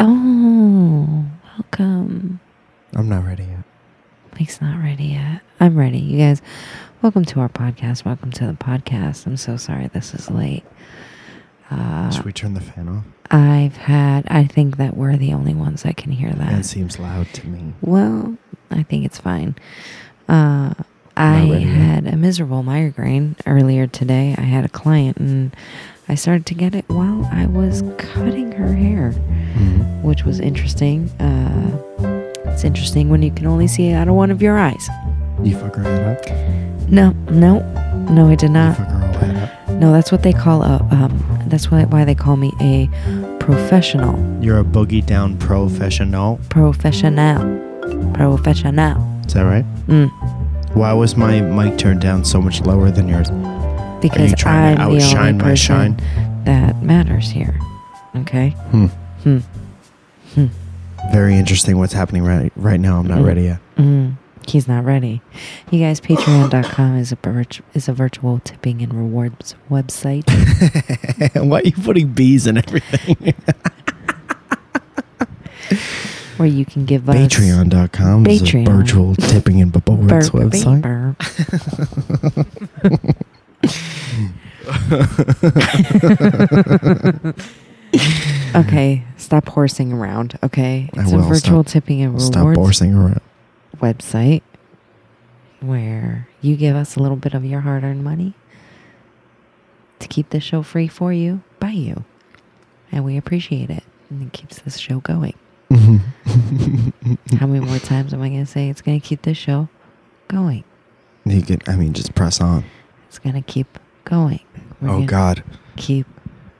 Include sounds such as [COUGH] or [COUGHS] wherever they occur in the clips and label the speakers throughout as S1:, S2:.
S1: Oh, welcome.
S2: I'm not ready yet.
S1: Mike's not ready yet. I'm ready. You guys, welcome to our podcast. Welcome to the podcast. I'm so sorry this is late. Uh,
S2: Should we turn the fan off?
S1: I've had, I think that we're the only ones that can hear that.
S2: That seems loud to me.
S1: Well, I think it's fine. Uh, I
S2: Am I ready yet?
S1: had a miserable migraine earlier today. I had a client and I started to get it while I was cutting her hair,
S2: Mhm.
S1: which was interesting. Uh, it's interesting when you can only see out of one of your eyes.
S2: You fuck her head up.
S1: No, no, no, I did
S2: you
S1: not.
S2: fuck her whole head
S1: No, that's what they call a. Um, that's why why they call me a professional,
S2: up. You're a boogie down professional.
S1: professional, professional.
S2: Is that right?
S1: Mm.
S2: Why was my mic turned down so much lower than yours?
S1: Because
S2: trying
S1: I'm
S2: to
S1: the only
S2: outshine my
S1: person
S2: shine?
S1: that matters here. Okay.
S2: Hmm.
S1: Hmm. Hmm.
S2: Very interesting. What's happening right right now? I'm not
S1: Mhm.
S2: ready yet. [LAUGHS]
S1: Mm, he's not ready. You guys, Patreon.com is a virt- is a virtual tipping and rewards website. [LAUGHS]
S2: Why are you putting bees in everything?
S1: where you can give us
S2: Patreon.com is a
S1: Patreon.
S2: virtual tipping and rewards
S1: Burp,
S2: website.
S1: burp, burp. okay, stop horsing around. Okay,
S2: I
S1: it's a
S2: will,
S1: virtual
S2: stop-
S1: tipping and
S2: Stop
S1: rewards
S2: borsing around. [LAUGHS]
S1: website where you give us a little bit of your hard-earned money to keep this show free for you by you, and we appreciate it. And it keeps this show going. How
S2: [LAUGHS]
S1: many more times am I going to say it's going to keep this show going?
S2: You could, I mean, just press on.
S1: It's gonna keep going. We're
S2: oh
S1: gonna
S2: God.
S1: keep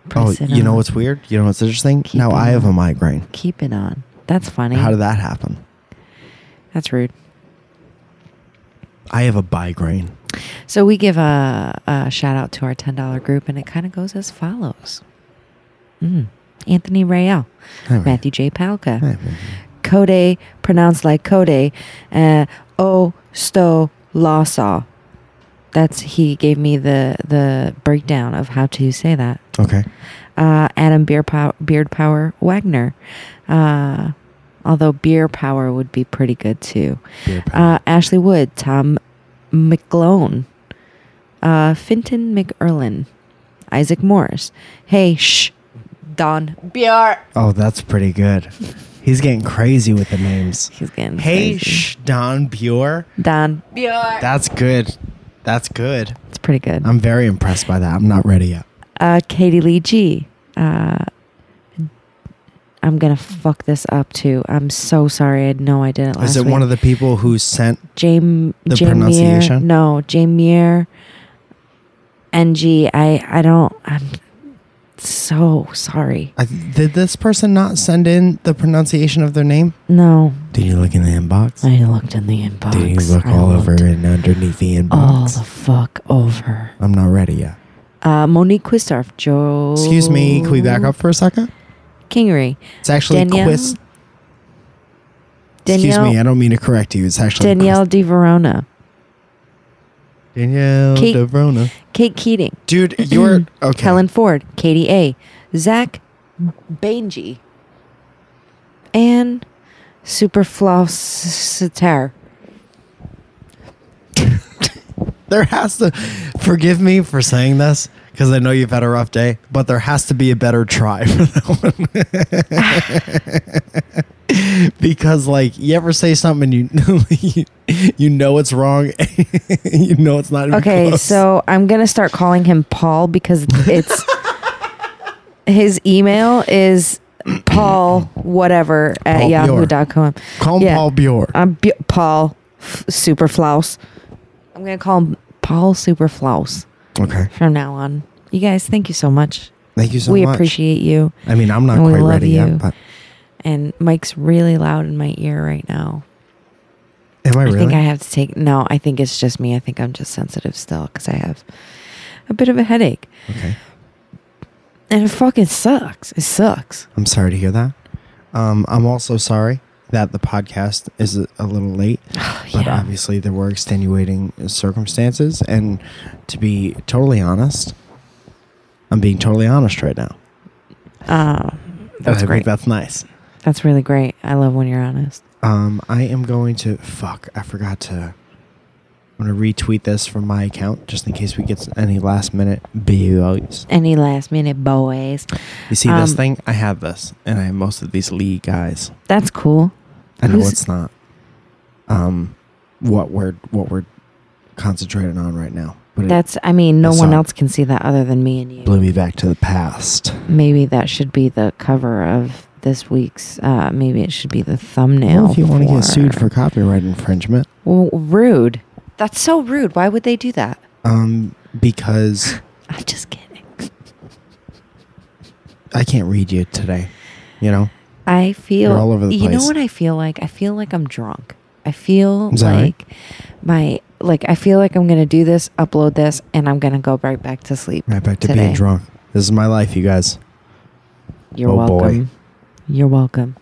S2: Oh,
S1: pressing.
S2: you know
S1: on.
S2: what's weird? You know what's interesting?
S1: Keep
S2: now
S1: it
S2: I have a
S1: on.
S2: migraine.
S1: Keep it on. That's funny.
S2: How did that happen?
S1: That's rude.
S2: I have a
S1: [LAUGHS]
S2: migraine.
S1: So we give a, a shout out to our ten dollar group, and it kind of goes as follows: mm. Anthony Rayel,
S2: All right.
S1: Matthew J. Palka,
S2: All right, man.
S1: Code pronounced like Code, uh, O Sto Lawsaw. That's he gave me the the breakdown of how to say that.
S2: Okay.
S1: uh, Adam Beer Pow- Beard Power Wagner. Uh, although Beer Power would be pretty good too.
S2: Beer
S1: Uh,
S2: pound.
S1: Ashley Wood, Tom McGlone, uh, Finton McErlin, Isaac Morris. Hey, shh, Don Beer.
S2: oh, that's pretty good. He's getting crazy with the names.
S1: He's getting
S2: Hey,
S1: crazy.
S2: sh- Don Pure.
S1: Don Beer.
S2: That's good. That's good.
S1: It's pretty good.
S2: I'm very impressed by that. I'm not ready yet.
S1: uh, Katie Lee G. Uh, I'm gonna fuck this up too. I'm so sorry. I know I did it last
S2: Is it
S1: week.
S2: one of the people who sent?
S1: Jame
S2: The
S1: Jameer-
S2: pronunciation?
S1: No, Jameer NG. I I don't. I'm so sorry.
S2: I, did this person not send in the pronunciation of their name?
S1: No,
S2: Did you look in the inbox?
S1: I looked in the inbox.
S2: Did you look
S1: I
S2: all
S1: looked
S2: over and underneath the inbox?
S1: All the fuck over.
S2: I'm not ready yet.
S1: Uh, Monique Quistarf, Joe.
S2: Excuse me, can we back up for a second?
S1: Kingery.
S2: It's actually
S1: Oh. Danielle?
S2: Quist. Excuse
S1: Danielle.
S2: me, I don't mean to correct you. It's actually
S1: Danielle
S2: Quist-
S1: Di Verona.
S2: Danielle
S1: Kate-
S2: DeVrona.
S1: Kate Keating.
S2: Dude,
S1: [CLEARS THROAT]
S2: you're okay.
S1: Helen Mm. Ford. Katie A. Zach Banji. And Superfloss Sitar.
S2: There has to forgive me for saying this because I know you've had a rough day, but there has to be a better try for that [LAUGHS] one. [LAUGHS] because like you ever say something and you [LAUGHS] you know it's wrong, [LAUGHS] you know it's not even
S1: Okay,
S2: close.
S1: so I'm gonna start calling him Paul because
S2: [LAUGHS]
S1: it's his email is Paul whatever at
S2: Paul Bjork.
S1: yahoo.com.
S2: call him
S1: yeah. Uh,
S2: Paul Bjork.
S1: I'm B- Paul F- Superflaus. I'm gonna call him Paul Superflaus
S2: okay,
S1: from now on. You guys, thank you so much.
S2: thank you so
S1: we
S2: much.
S1: appreciate you.
S2: I mean, I'm not
S1: and we
S2: quite
S1: love
S2: ready
S1: you.
S2: yet, but
S1: And Mike's really loud in my ear right now.
S2: am I
S1: I
S2: Oh, really?
S1: think I have to take. No, I think it's just me. I think I'm just sensitive still because I have a bit of a headache.
S2: okay,
S1: And it fucking sucks. It sucks.
S2: I'm sorry to hear that. Um, I'm also sorry that the podcast is a a little
S1: [SIGHS]
S2: late. But
S1: yeah.
S2: obviously, there were extenuating circumstances. And to be totally honest, I'm being totally honest right now.
S1: Uh,
S2: And I
S1: that's
S2: think
S1: great.
S2: that's nice.
S1: Um, That's really great. I love when you're honest.
S2: Um, I am going to fuck. I forgot to. I'm gonna retweet this from my account just in case we get any last minute views.
S1: Any last minute boys.
S2: You see this
S1: Um,
S2: thing? I have this, and I have most of these Lee guys.
S1: That's cool.
S2: I know
S1: Who's-
S2: it's not. Um, what we're what we're concentrating on right now, but it
S1: That's I mean, no
S2: I
S1: one
S2: saw-
S1: else can see that other than me and you.
S2: blew me back to the past.
S1: Maybe that should be the cover of this week's uh maybe it should be the thumbnail.
S2: Well, if you want to get sued for copyright infringement,
S1: Well, rude. That's so rude. Why would they do that?
S2: um, because
S1: I'm just kidding.
S2: I can't read you today, you know.
S1: I feel
S2: You're all over the
S1: you know
S2: place.
S1: what I feel like? I feel like I'm drunk. I feel
S2: Is that right?
S1: like my like I feel like I'm gonna do this, upload this, and I'm gonna go right back to sleep.
S2: Right back to
S1: Today.
S2: being drunk. This is my life, you guys.
S1: You're
S2: Oh, boy.
S1: welcome. You're welcome.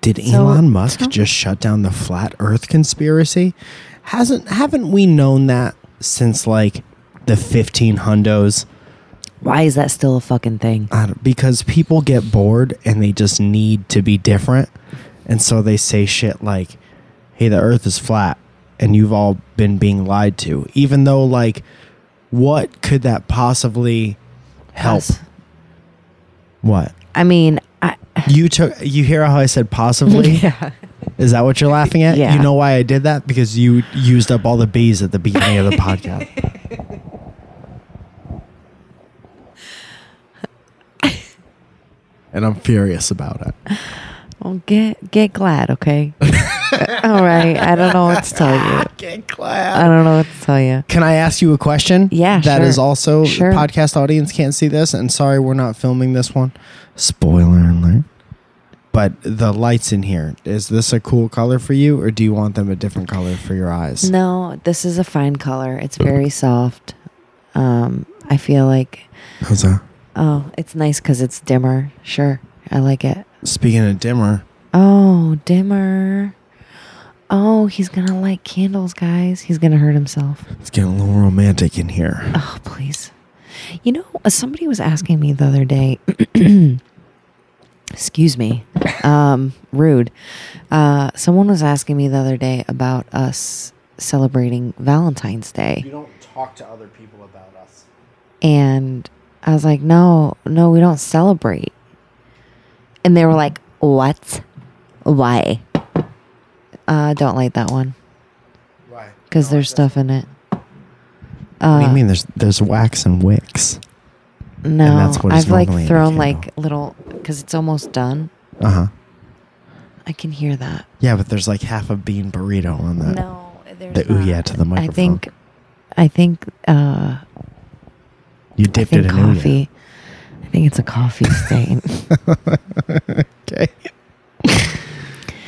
S2: Did
S1: So-
S2: Elon Musk
S1: so-
S2: just shut down the flat Earth conspiracy? Hasn't haven't we known that since like the fifteen hundos?
S1: Why is that still a fucking thing?
S2: I don't- because people get bored and they just need to be different, and so they say shit like, "Hey, the Earth is flat," and you've all been being lied to, even though like, what could that possibly help?
S1: Us.
S2: What
S1: I mean, I
S2: you took? You hear how I said possibly?
S1: [LAUGHS] yeah.
S2: Is that what you're laughing at?
S1: Yeah.
S2: You know why I did that? Because you used up all the bees at the beginning of the
S1: [LAUGHS]
S2: podcast. and I'm furious about it.
S1: Well, get get glad, okay?
S2: [LAUGHS]
S1: All right. I don't know what to tell you.
S2: Get
S1: I
S2: glad.
S1: don't know what to tell you.
S2: Can I ask you a question?
S1: Yeah,
S2: That
S1: sure.
S2: is also
S1: Sure.
S2: podcast audience can't see this, and sorry we're not filming this one. Spoiler alert. But the lights in here, is this a cool color for you, or do you want them a different color for your eyes?
S1: No, this is a fine color. It's very soft. Um, I feel like
S2: How's that?
S1: oh, it's nice because it's dimmer. Sure, I like it.
S2: Speaking of dimmer,
S1: Oh, dimmer. Oh, he's gonna light candles, guys. He's gonna hurt himself.
S2: It's getting a little romantic in here.
S1: Oh, please. You know, uh, somebody was asking me the other day. [CLEARS THROAT] excuse me. Um, rude. Uh, someone was asking me the other day about us celebrating Valentine's Day,
S2: don't talk to other people about us.
S1: and I was like, "No, no, we don't celebrate." And they were like, "What? Why?" Uh, don't like that one
S2: Why?
S1: because there's stuff in it. Uh,
S2: What do you mean? There's there's wax and wicks.
S1: No,
S2: that's what is
S1: I've like
S2: normally in a
S1: thrown
S2: candle.
S1: like little because it's almost done.
S2: Uh huh.
S1: I can hear that.
S2: Yeah, but there's like half a bean burrito on that.
S1: No, there's
S2: the ooh yeah to the
S1: I
S2: microphone.
S1: think, I think, uh,
S2: you
S1: I
S2: dipped
S1: think
S2: it in ooh yeah.
S1: coffee. I think it's a coffee [LAUGHS] stain.
S2: Okay.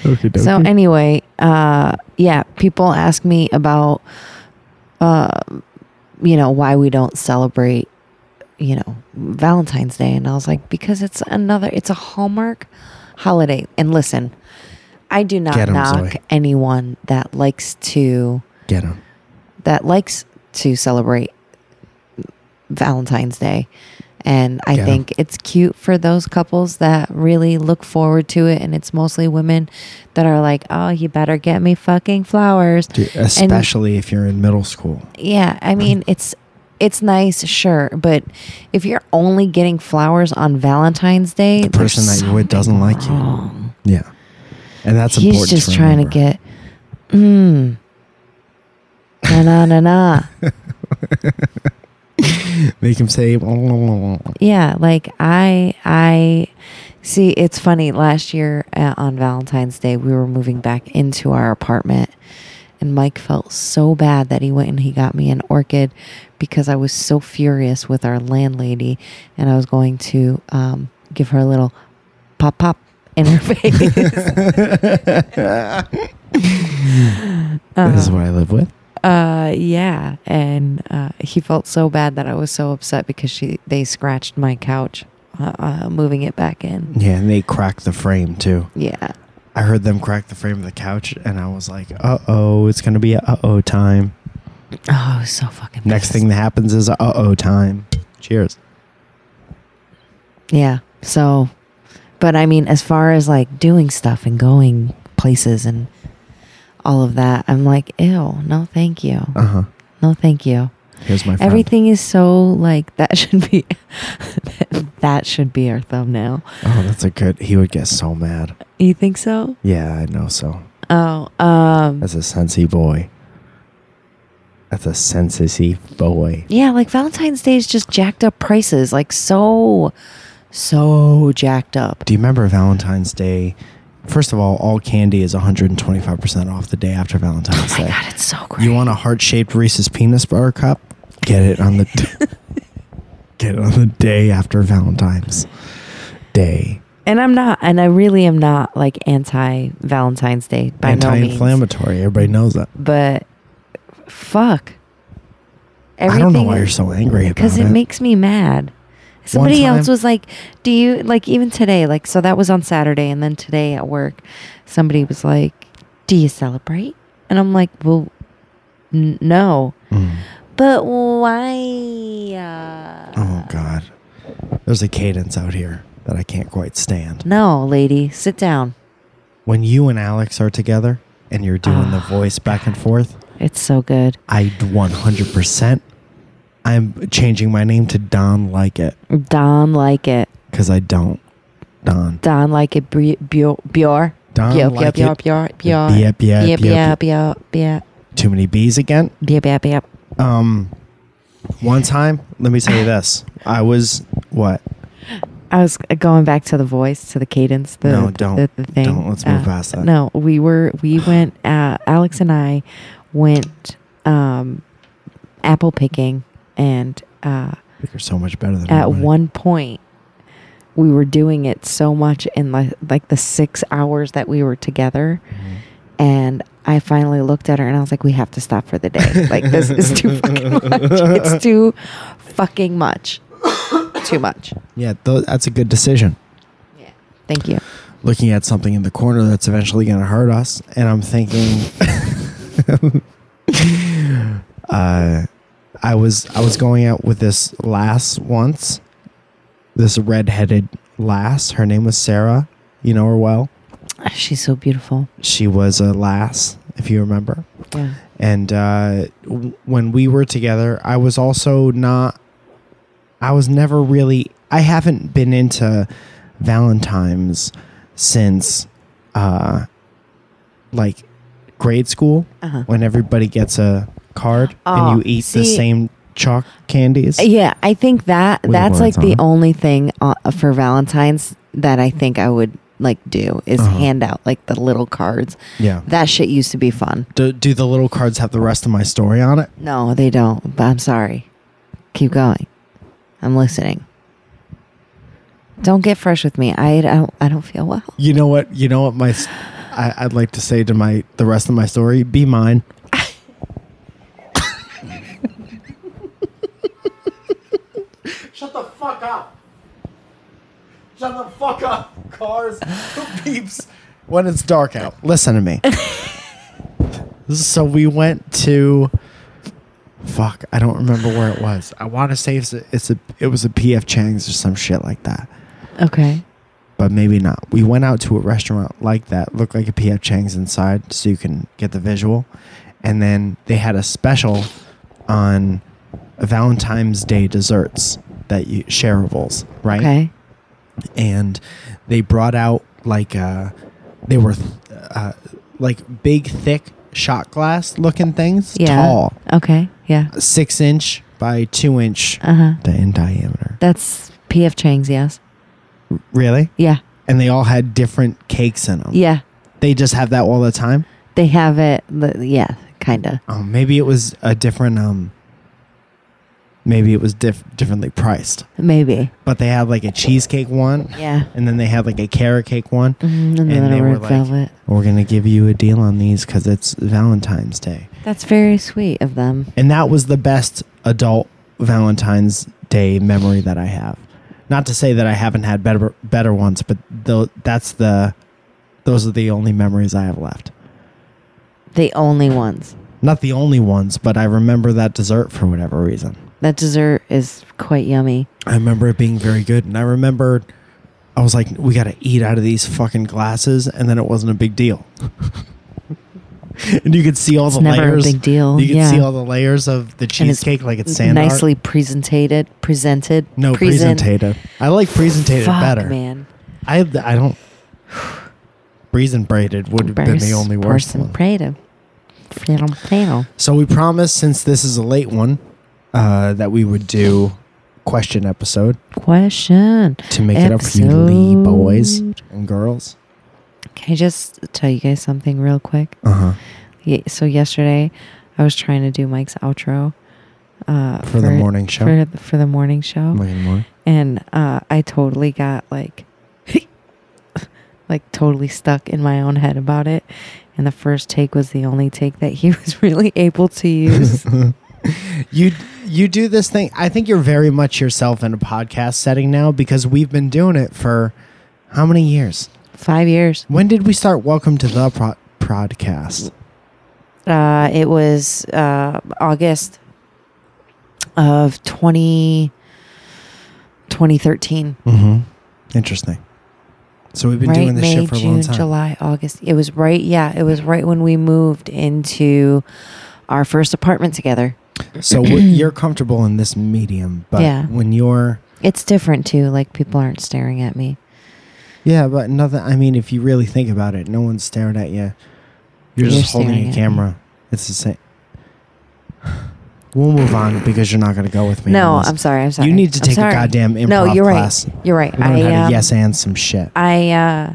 S2: okay.
S1: so anyway, uh, yeah, people ask me about, uh, you know, why we don't celebrate, you know, Valentine's Day, and I was like, because it's another, it's a hallmark holiday. And listen, I do not
S2: Get 'em,
S1: knock
S2: Zoe.
S1: anyone that likes to
S2: get him.
S1: that likes to celebrate Valentine's Day. And I
S2: Yeah.
S1: think it's cute for those couples that really look forward to it. And it's mostly women that are like, oh, you better get me fucking flowers.
S2: Dude, especially if you're in middle school.
S1: Yeah. I
S2: [LAUGHS]
S1: mean, it's. It's nice, sure, but if you're only getting flowers on Valentine's Day,
S2: The person that you're with doesn't like you.
S1: you.
S2: Yeah. And that's
S1: He's
S2: important.
S1: just
S2: to
S1: trying to
S2: remember.
S1: get, mm, na na na na.
S2: make him say.
S1: [LAUGHS] yeah like i i see it's funny last year uh, on valentine's day we were moving back into our apartment and mike felt so bad that he went and he got me an orchid because i was so furious with our landlady and i was going to um, give her a little pop pop in her [LAUGHS] face
S2: This
S1: Uh-huh.
S2: is what I live with.
S1: Uh, yeah, and uh, he felt so bad that I was so upset because she they scratched my couch, uh, uh, moving it back
S2: [LAUGHS]
S1: in.
S2: Yeah, and they crack the frame too.
S1: Yeah,
S2: I heard them crack the frame of the couch, and I was like, "Uh oh, it's gonna be a uh oh time."
S1: oh, I was so fucking.
S2: Next
S1: pissed.
S2: thing that happens is a uh oh time. Cheers.
S1: yeah. So, But I mean, as far as like doing stuff and going places and all of that, I'm like, ew, no, thank you.
S2: Uh huh.
S1: No, thank you.
S2: Here's my friend.
S1: Everything is so like [LAUGHS] that should be that should be our thumbnail.
S2: Oh, that's a good. He would get so mad.
S1: You think so?
S2: Yeah, I know. So
S1: Oh, um
S2: that's a sensey boy. That's a sensey boy.
S1: yeah, like Valentine's Day is just jacked up prices, like so so jacked up.
S2: Do you remember Valentine's Day? First of all, all candy is 125% off the day after Valentine's
S1: Oh
S2: Day.
S1: my god, it's so great.
S2: You want a heart shaped Reese's penis bar cup? Get it on the [LAUGHS]
S1: [LAUGHS]
S2: get it on the day after Valentine's Day.
S1: and I'm not, and I really am not like anti Valentine's Day by no means.
S2: Anti-inflammatory. Everybody knows that.
S1: but fuck.
S2: I don't know why you're so angry about
S1: Because
S2: it.
S1: it makes me mad. Somebody
S2: time-
S1: else was like, "Do you like even today? Like, so that was on Saturday, and then today at work, somebody was like, "Do you celebrate?" And I'm like, "Well, n- no."
S2: Mm.
S1: But why? Uh,
S2: Oh God, there's a cadence out here that I can't quite stand.
S1: No, lady, sit down.
S2: When you and Alex are together and you're doing the
S1: Oh,
S2: voice back and forth,
S1: It's so good.
S2: I 100%. I'm changing my name to Don Like It
S1: Don like it.
S2: because I don't. Don.
S1: Don like it. Bjor. Bjor. Bjor.
S2: Don
S1: Bjor.
S2: Like
S1: Bjor.
S2: It.
S1: Bjor.
S2: Bjor, bjor,
S1: Bjor.
S2: bjor,
S1: Bjor. Bjor. Bjor.
S2: Too many B's again.
S1: Bjor. Bjor. Bjor.
S2: Um, one time, let me tell you this. I was what?
S1: I was uh, going back to the voice, to the cadence, the
S2: No, don't.
S1: the, the thing.
S2: Don't. Let's move past that.
S1: No, we were we went. Uh, Alex and I went um, apple picking, and uh,
S2: I think You're so much better than
S1: at
S2: everybody.
S1: one point we were doing it so much in like like the six hours that we were together,
S2: Mhm.
S1: and I finally looked at her and I was like, "We have to stop for the day. Like this is
S2: [LAUGHS]
S1: too fucking much. It's too fucking much. too much."
S2: Yeah, th- that's a good decision.
S1: Yeah. Thank you.
S2: looking at something in the corner that's eventually going to hurt us. And I'm thinking, [LAUGHS] uh, I was I was going out with this lass once, this redheaded lass. Her name was Sarah. You know her well.
S1: She's so beautiful.
S2: She was a lass, if you remember.
S1: Yeah.
S2: And uh, w- when we were together, I was also not. I was never really. I haven't been into Valentine's since, uh, like, grade school
S1: Uh-huh.
S2: when everybody gets a card
S1: Oh,
S2: and you eat the
S1: see- Uh,
S2: same chalk candies.
S1: Yeah, I think that
S2: With
S1: that's like
S2: words
S1: the
S2: on it.
S1: only thing uh, for Valentine's that I think I would like do is
S2: Uh-huh.
S1: hand out like the little cards.
S2: Yeah.
S1: That shit used to be fun.
S2: Do, do the little cards have the rest of my story on it?
S1: No, they don't. But I'm sorry. Keep going. I'm listening. Don't get fresh with me. I don't. I don't feel well.
S2: You know what? You know what? My, s- I, would like to say to my the rest of my story. Be mine.
S3: Shut the fuck up. Shut the fuck up. Cars, [LAUGHS] beeps.
S2: when it's dark out. Listen to me. so we went to fuck, I don't remember where it was. I want to say it's a, it's a it was a PF Chang's or some shit like that.
S1: Okay.
S2: But maybe not. We went out to a restaurant like that, looked like a PF Chang's inside so you can get the visual. And then they had a special on Valentine's Day desserts that you shareables, right?
S1: Okay.
S2: and they brought out like uh they were uh, like big thick shot glass looking things
S1: Yeah.
S2: tall
S1: Okay. Yeah.
S2: six inch by two inch
S1: Uh huh.
S2: the in diameter
S1: That's P.F. Chang's. Yes.
S2: really
S1: Yeah.
S2: and they all had different cakes in them
S1: Yeah.
S2: they just have that all the time
S1: They have it. li- Yeah. Kinda.
S2: um, maybe it was a different um maybe it was diff- differently priced
S1: Maybe.
S2: but they had like a cheesecake one
S1: Yeah.
S2: and then they had like a carrot cake one
S1: Mm, and,
S2: And
S1: then
S2: they
S1: a
S2: were
S1: red
S2: like-
S1: velvet.
S2: we're gonna give you a deal on these because it's valentine's day
S1: That's very sweet of them.
S2: And that was the best adult Valentine's Day memory that I have. Not to say that I haven't had better better ones, but tho- that's the those are the only memories I have left.
S1: The only ones.
S2: Not the only ones, but I remember that dessert for whatever reason.
S1: That dessert is quite yummy.
S2: I remember it being very good, and I remember I was like, we got to eat out of these fucking glasses, and then it wasn't a big deal. [LAUGHS] and you could see all
S1: It's
S2: the
S1: never a
S2: layers.
S1: big deal,
S2: You could
S1: yeah.
S2: see all the layers of the
S1: And it's
S2: cheesecake, like it's sand art.
S1: nicely presented, presented.
S2: No,
S1: present-
S2: presentated. I like presentated
S1: Fuck,
S2: better.
S1: man.
S2: I I don't. [SIGHS] Reason braided would have been the only worst
S1: Person
S2: one.
S1: prated. Flannel, flannel.
S2: So we promised, since this is a late one, uh, that we would do question episode
S1: Question.
S2: to make it up for you, Lee boys and girls.
S1: Can I just tell you guys something real quick?
S2: Uh huh.
S1: Ye- So yesterday, I was trying to do Mike's outro uh,
S2: For the morning show?
S1: For the, for the morning show,
S2: Anymore.
S1: and uh, I totally got like, [LAUGHS] like totally stuck in my own head about it. And the first take was the only take that he [LAUGHS] was really able to
S2: [LAUGHS]
S1: use.
S2: You you do this thing. I think you're very much yourself in a podcast setting now because we've been doing it for how many years?
S1: Five years.
S2: When did we start? Welcome to the pro- podcast.
S1: Uh, it was uh, August of 20, 2013.
S2: Mm-hmm. Interesting. So we've been doing this
S1: May,
S2: shit for a
S1: June,
S2: long time.
S1: July, August. It was right. Yeah, it was right when we moved into our first apartment together.
S2: So what, you're comfortable in this medium, but
S1: Yeah.
S2: when you're
S1: It's different too. Like people aren't staring at me.
S2: yeah, but nothing. I mean, if you really think about it, no one's staring at you. You're,
S1: You're
S2: just holding
S1: staring
S2: a
S1: at
S2: camera. It's the same. We'll move on because you're not going to go with me.
S1: no,
S2: on this.
S1: I'm sorry. I'm sorry.
S2: You need to
S1: I'm
S2: take a
S1: sorry.
S2: goddamn improv
S1: No, you're
S2: class.
S1: right. You're right.
S2: Learn
S1: I
S2: how
S1: um,
S2: to yes and some shit.
S1: I uh,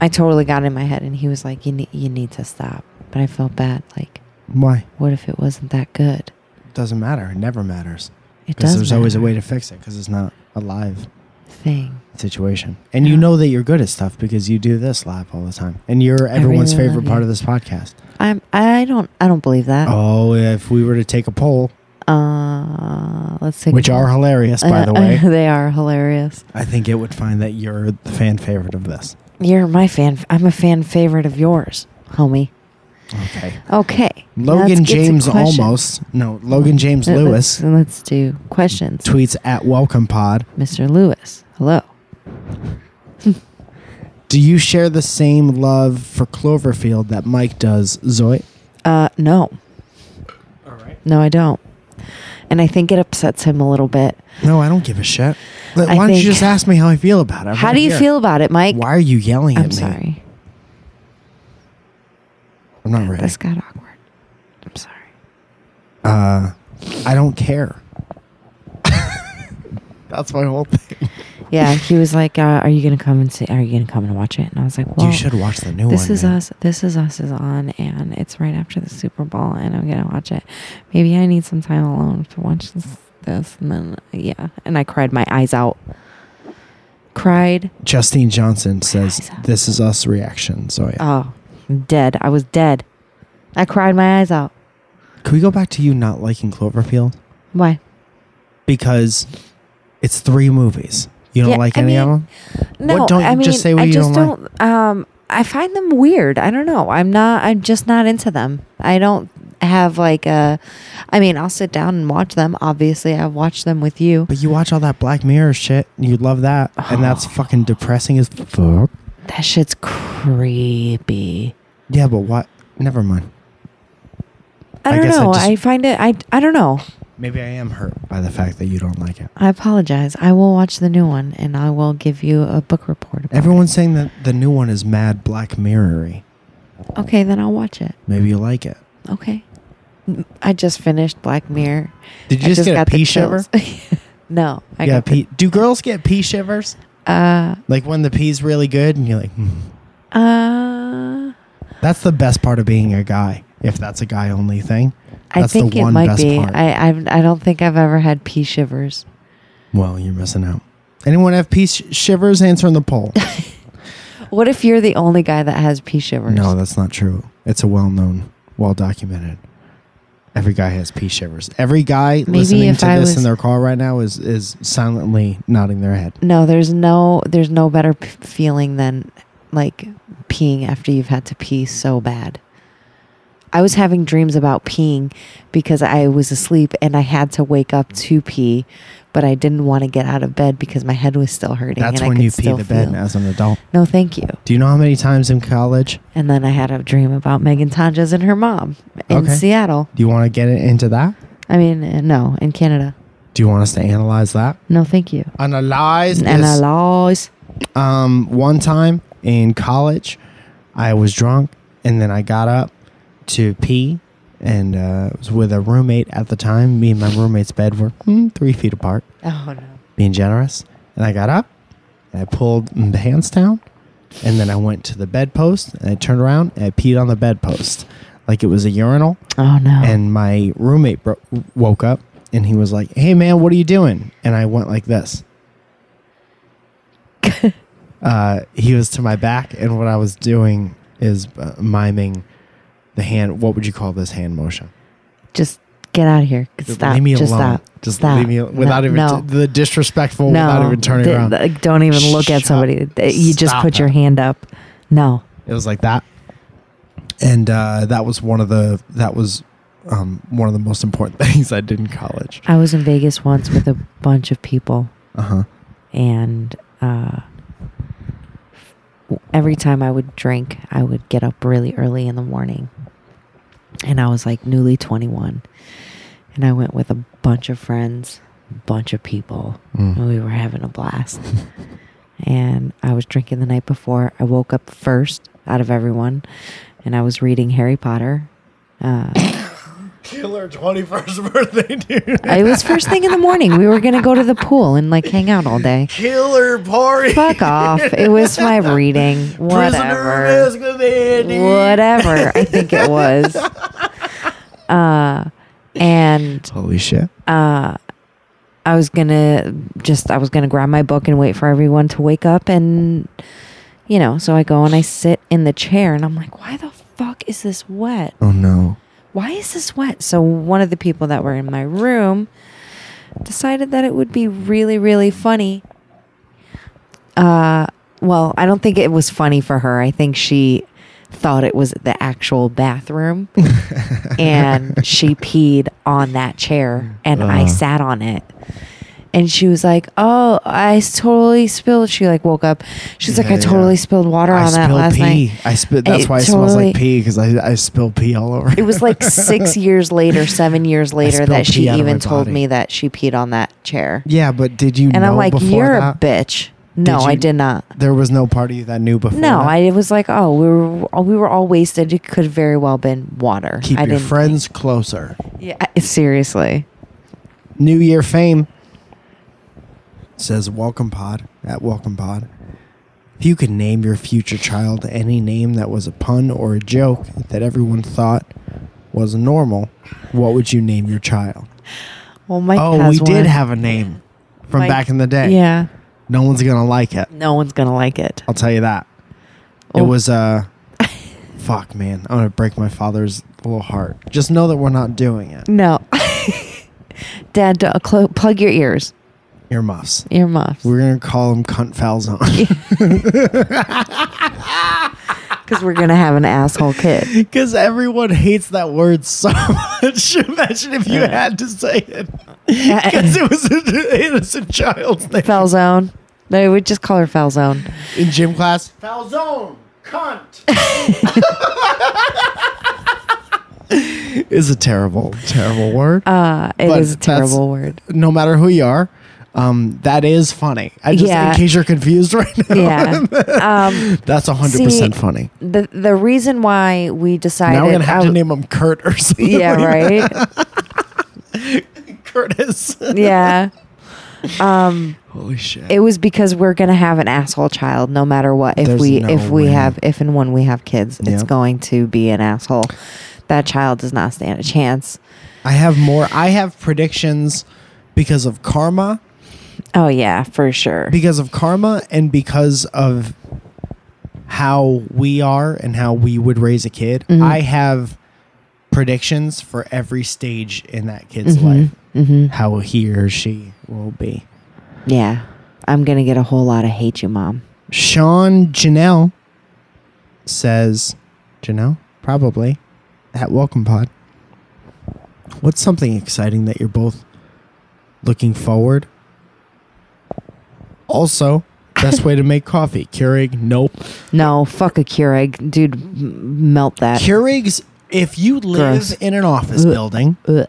S1: I totally got in my head, and he was like, "You need, you need to stop." But I felt bad. Like,
S2: Why?
S1: what if it wasn't that good?
S2: Doesn't matter. It never matters.
S1: It
S2: Because
S1: does.
S2: there's always a
S1: matter.
S2: way to fix it. Because it's not a live
S1: thing.
S2: situation, and you
S1: Yeah.
S2: know that you're good at stuff because you do this live all the time, and you're everyone's
S1: really love
S2: favorite part
S1: you. Uh,
S2: of this podcast.
S1: I'm. I don't. I don't believe that.
S2: Oh, if we were to take a poll,
S1: Uh, let's take. a
S2: Oh. which
S1: poll.
S2: are hilarious, by the
S1: [LAUGHS] Uh,
S2: way,
S1: they are hilarious.
S2: I think it would find that you're the fan favorite of this.
S1: You're my fan. I'm a fan favorite of yours, homie.
S2: Okay.
S1: Okay.
S2: Logan
S1: let's get to
S2: James
S1: questions.
S2: almost, no, Logan James
S1: Let- Let's,
S2: Lewis
S1: let's do questions.
S2: tweets at Welcome Pod.
S1: Mr. Lewis, hello.
S2: Do you share the same love for Cloverfield that Mike does, Zoe?
S1: Uh, no,
S2: All right.
S1: no, I don't. And I think it upsets him a little bit.
S2: No, I don't give a shit. Why
S1: I
S2: don't you
S1: think-
S2: just ask me how I feel about it? I'm
S1: How
S2: right
S1: do you
S2: here.
S1: feel about it, Mike?
S2: Why are you yelling
S1: I'm
S2: at me?
S1: sorry.
S2: I'm not ready.
S1: This got awkward. I'm sorry.
S2: Uh, I
S1: [LAUGHS]
S2: don't care. That's my whole thing.
S1: [LAUGHS] Yeah, he was like, uh, "Are you gonna come and see? Are you gonna come and watch it?" And I was like, "Well,
S2: you should watch the new one.
S1: This is
S2: man.
S1: us. This is us is on, and it's right after the Super Bowl, and I'm gonna watch it. Maybe I need some time alone to watch this. This and then yeah, and I cried my eyes out. Cried.
S2: Justine Johnson says,
S1: eyes out.
S2: "This is us reaction." So yeah.
S1: Oh, I'm dead. I was dead. I cried my eyes out.
S2: Can we go back to you not liking Cloverfield
S1: Why?
S2: because it's three movies. You don't
S1: Yeah,
S2: like
S1: I
S2: any of
S1: mean,
S2: them.
S1: No,
S2: don't
S1: I
S2: you
S1: mean,
S2: just say what
S1: I
S2: you
S1: just
S2: don't
S1: don't. Um, I find them weird. I don't know. I'm not. I'm just not into them. I don't have like a. I mean, I'll sit down and watch them. Obviously, I've watched them with you.
S2: But you watch all that Black Mirror shit, and you love that, and
S1: [SIGHS]
S2: that's fucking depressing as fuck.
S1: That shit's creepy.
S2: Yeah, but what? Never mind.
S1: I
S2: I
S1: don't
S2: guess I
S1: know. I,
S2: just-
S1: find it. I I don't know.
S2: Maybe I am hurt by the fact that you don't like it.
S1: I apologize. I will watch the new one and I will give you a book report. About
S2: Everyone's saying that the new one is mad Black Mirrory.
S1: it. Okay, then I'll watch it.
S2: Maybe you like it.
S1: Okay. I just finished Black Mirror.
S2: Did you
S1: I
S2: just get a
S1: got the
S2: pee shiver?
S1: chills. [LAUGHS] no, I
S2: yeah,
S1: got the-
S2: pee. Do girls get pee shivers?
S1: uh
S2: Like when the pee's really good, and you're like, hmm.
S1: uh.
S2: That's the best part of being a guy, if that's a guy only thing.
S1: I
S2: That's the
S1: think it
S2: one
S1: might
S2: best
S1: be.
S2: part.
S1: I I've, I don't think I've ever had pee shivers. [LAUGHS]
S2: Well, you're missing out. Anyone have pee sh- shivers? Answer in
S1: [LAUGHS]
S2: the poll.
S1: What if you're the only guy that has pee shivers?
S2: no, that's not true. It's a well known, well documented. Every guy has pee shivers. Every guy listening
S1: if
S2: to
S1: I
S2: this in
S1: was-
S2: their car right now is is silently nodding their head.
S1: No, there's no there's no better p- feeling than like peeing after you've had to pee so bad. I was having dreams about peeing because I was asleep and I had to wake up to pee, but I didn't want to get out of bed because my head was still hurting.
S2: That's
S1: and I
S2: when
S1: could
S2: you pee
S1: still
S2: the bed
S1: feel-
S2: as an adult.
S1: No, thank you.
S2: Do you know how many times in college?
S1: And then I had a dream about Megan Tonjes and her mom in
S2: Okay.
S1: Seattle.
S2: Do you want to get it into that?
S1: I mean, uh, no, in Canada.
S2: Do you want us to analyze that?
S1: No, thank you.
S2: Analyze
S1: And I
S2: this.
S1: lost.
S2: Um, one time in college, I was drunk and then I got up to pee and uh, was with a roommate at the time. Me and my roommate's bed were mm, three feet apart,
S1: Oh no.
S2: being generous. And I got up and I pulled my pants down and then I went to the bedpost and I turned around and I peed on the bedpost like it was a urinal.
S1: Oh no.
S2: And my roommate bro- woke up and he was like, "Hey man, what are you doing?" And I went
S1: [LAUGHS]
S2: like this. uh, he was to my back, and what I was doing is uh, miming the hand. What would you call this hand motion?
S1: just get out of here. Stop.
S2: Leave me
S1: just
S2: alone.
S1: Stop.
S2: Just
S1: stop.
S2: leave me al- without
S1: no,
S2: even
S1: no.
S2: the disrespectful.
S1: no.
S2: Without even turning
S1: Th-
S2: around,
S1: th- don't even look at
S2: Shut-
S1: somebody. Th- You just
S2: stop
S1: put your
S2: it.
S1: hand up. No.
S2: it was like that. And uh, that was one of the that was um, one of the most important [LAUGHS] things I did in college.
S1: I was in Vegas once with a bunch of people,
S2: Uh huh.
S1: and uh, every time I would drink, I would get up really early in the morning. And I was like newly 21. And I went with a bunch of friends, bunch of people, and we were having a blast. and I was drinking the night before. I woke up first out of everyone, and I was reading Harry Potter. Uh,
S2: Killer twenty first birthday, dude.
S1: it was first thing in the morning. We were going to go to the pool and like hang out all day.
S2: Killer party.
S1: Fuck off. It was my reading. Whatever.
S2: with Andy.
S1: Whatever. I think it was. Uh, and
S2: Holy shit.
S1: I was gonna just I was gonna grab my book and wait for everyone to wake up and you know, so I go and I sit in the chair and I'm like, why the fuck is this wet?
S2: oh no.
S1: why is this wet? So one of the people that were in my room decided that it would be really, really funny. Uh, well, I don't think it was funny for her. I think she thought it was the actual
S2: [LAUGHS]
S1: bathroom and she peed on that chair and I
S2: Ugh.
S1: sat on it. And she was like, "Oh, I s- totally spilled." She like woke up. She's like,
S2: Yeah,
S1: "I
S2: yeah.
S1: totally spilled water
S2: I
S1: on that
S2: spilled
S1: last
S2: pee.
S1: night."
S2: I spit. That's
S1: It
S2: why it smells
S1: totally-
S2: like pee because I I spill pee all over.
S1: it was like
S2: [LAUGHS]
S1: six years later, seven years later,
S2: spilled
S1: that she
S2: pee out of my
S1: even told
S2: body.
S1: me that she peed on that chair.
S2: yeah, but did you?
S1: and
S2: know
S1: I'm like,
S2: before
S1: you're
S2: that?
S1: a bitch. No, I
S2: you-
S1: did not.
S2: There was no party that knew before.
S1: No,
S2: that?
S1: I it was like, oh, we were we were all wasted. It could have very well been water.
S2: keep
S1: I
S2: your
S1: didn't-
S2: friends closer.
S1: Yeah, I- seriously.
S2: New Year fame says welcome pod at welcome pod. If you could name your future child any name that was a pun or a joke that everyone thought was normal, what would you name your child?
S1: Well, Mike.
S2: Oh,
S1: has
S2: we
S1: one.
S2: did have a name from
S1: Mike-
S2: back in the day.
S1: Yeah,
S2: No one's going to like it.
S1: no one's gonna like it.
S2: I'll tell you that.
S1: Oh.
S2: It
S1: [LAUGHS]
S2: was uh fuck man. I'm going to break my father's little heart. Just know that we're not doing it.
S1: No, [LAUGHS] Dad, don't- clo- plug your ears,
S2: Earmuffs.
S1: ear muffs,
S2: We're going to call him cunt foul zone. [LAUGHS]
S1: because we're gonna have an asshole kid.
S2: [LAUGHS] Because everyone hates that word so [LAUGHS] much. Imagine if you had to say it. Because it was an innocent child's name.
S1: Foul zone. They would just call her foul zone.
S2: In gym class,
S3: Falzone, cunt.
S2: is a terrible, terrible word.
S1: Uh, it
S2: But
S1: is a
S2: that's-
S1: terrible
S2: [LAUGHS]
S1: word.
S2: no matter who you are, um, that is funny. I just,
S1: Yeah.
S2: in case you're confused
S1: [LAUGHS]
S2: right now,
S1: Yeah. Um,
S2: that's 100%
S1: See,
S2: funny.
S1: the the reason why we decided
S2: Now we're going to have
S1: I-
S2: to name him Kurt or something. [LAUGHS]
S1: Yeah, right.
S2: Curtis.
S1: yeah. Um,
S2: Holy shit.
S1: It was because we're gonna have an asshole child no matter what. If
S2: There's
S1: we
S2: no
S1: if we
S2: way.
S1: have if and when we have kids, it's
S2: Yep.
S1: going to be an asshole. That child does not stand a chance.
S2: I have more. I have predictions because of karma.
S1: Oh yeah, for sure.
S2: because of karma and because of how we are and how we would raise a kid i have predictions for every stage in that kid's life how he or she will be
S1: yeah. I'm gonna get a whole lot of hate you, mom.
S2: sean janelle says janelle probably at welcome pod what's something exciting that you're both looking forward Also, best way to make coffee. Keurig, nope.
S1: No, fuck a Keurig, dude. m- Melt that.
S2: Keurig's if you live
S1: Gross.
S2: in an office
S1: Ugh.
S2: building
S1: Ugh.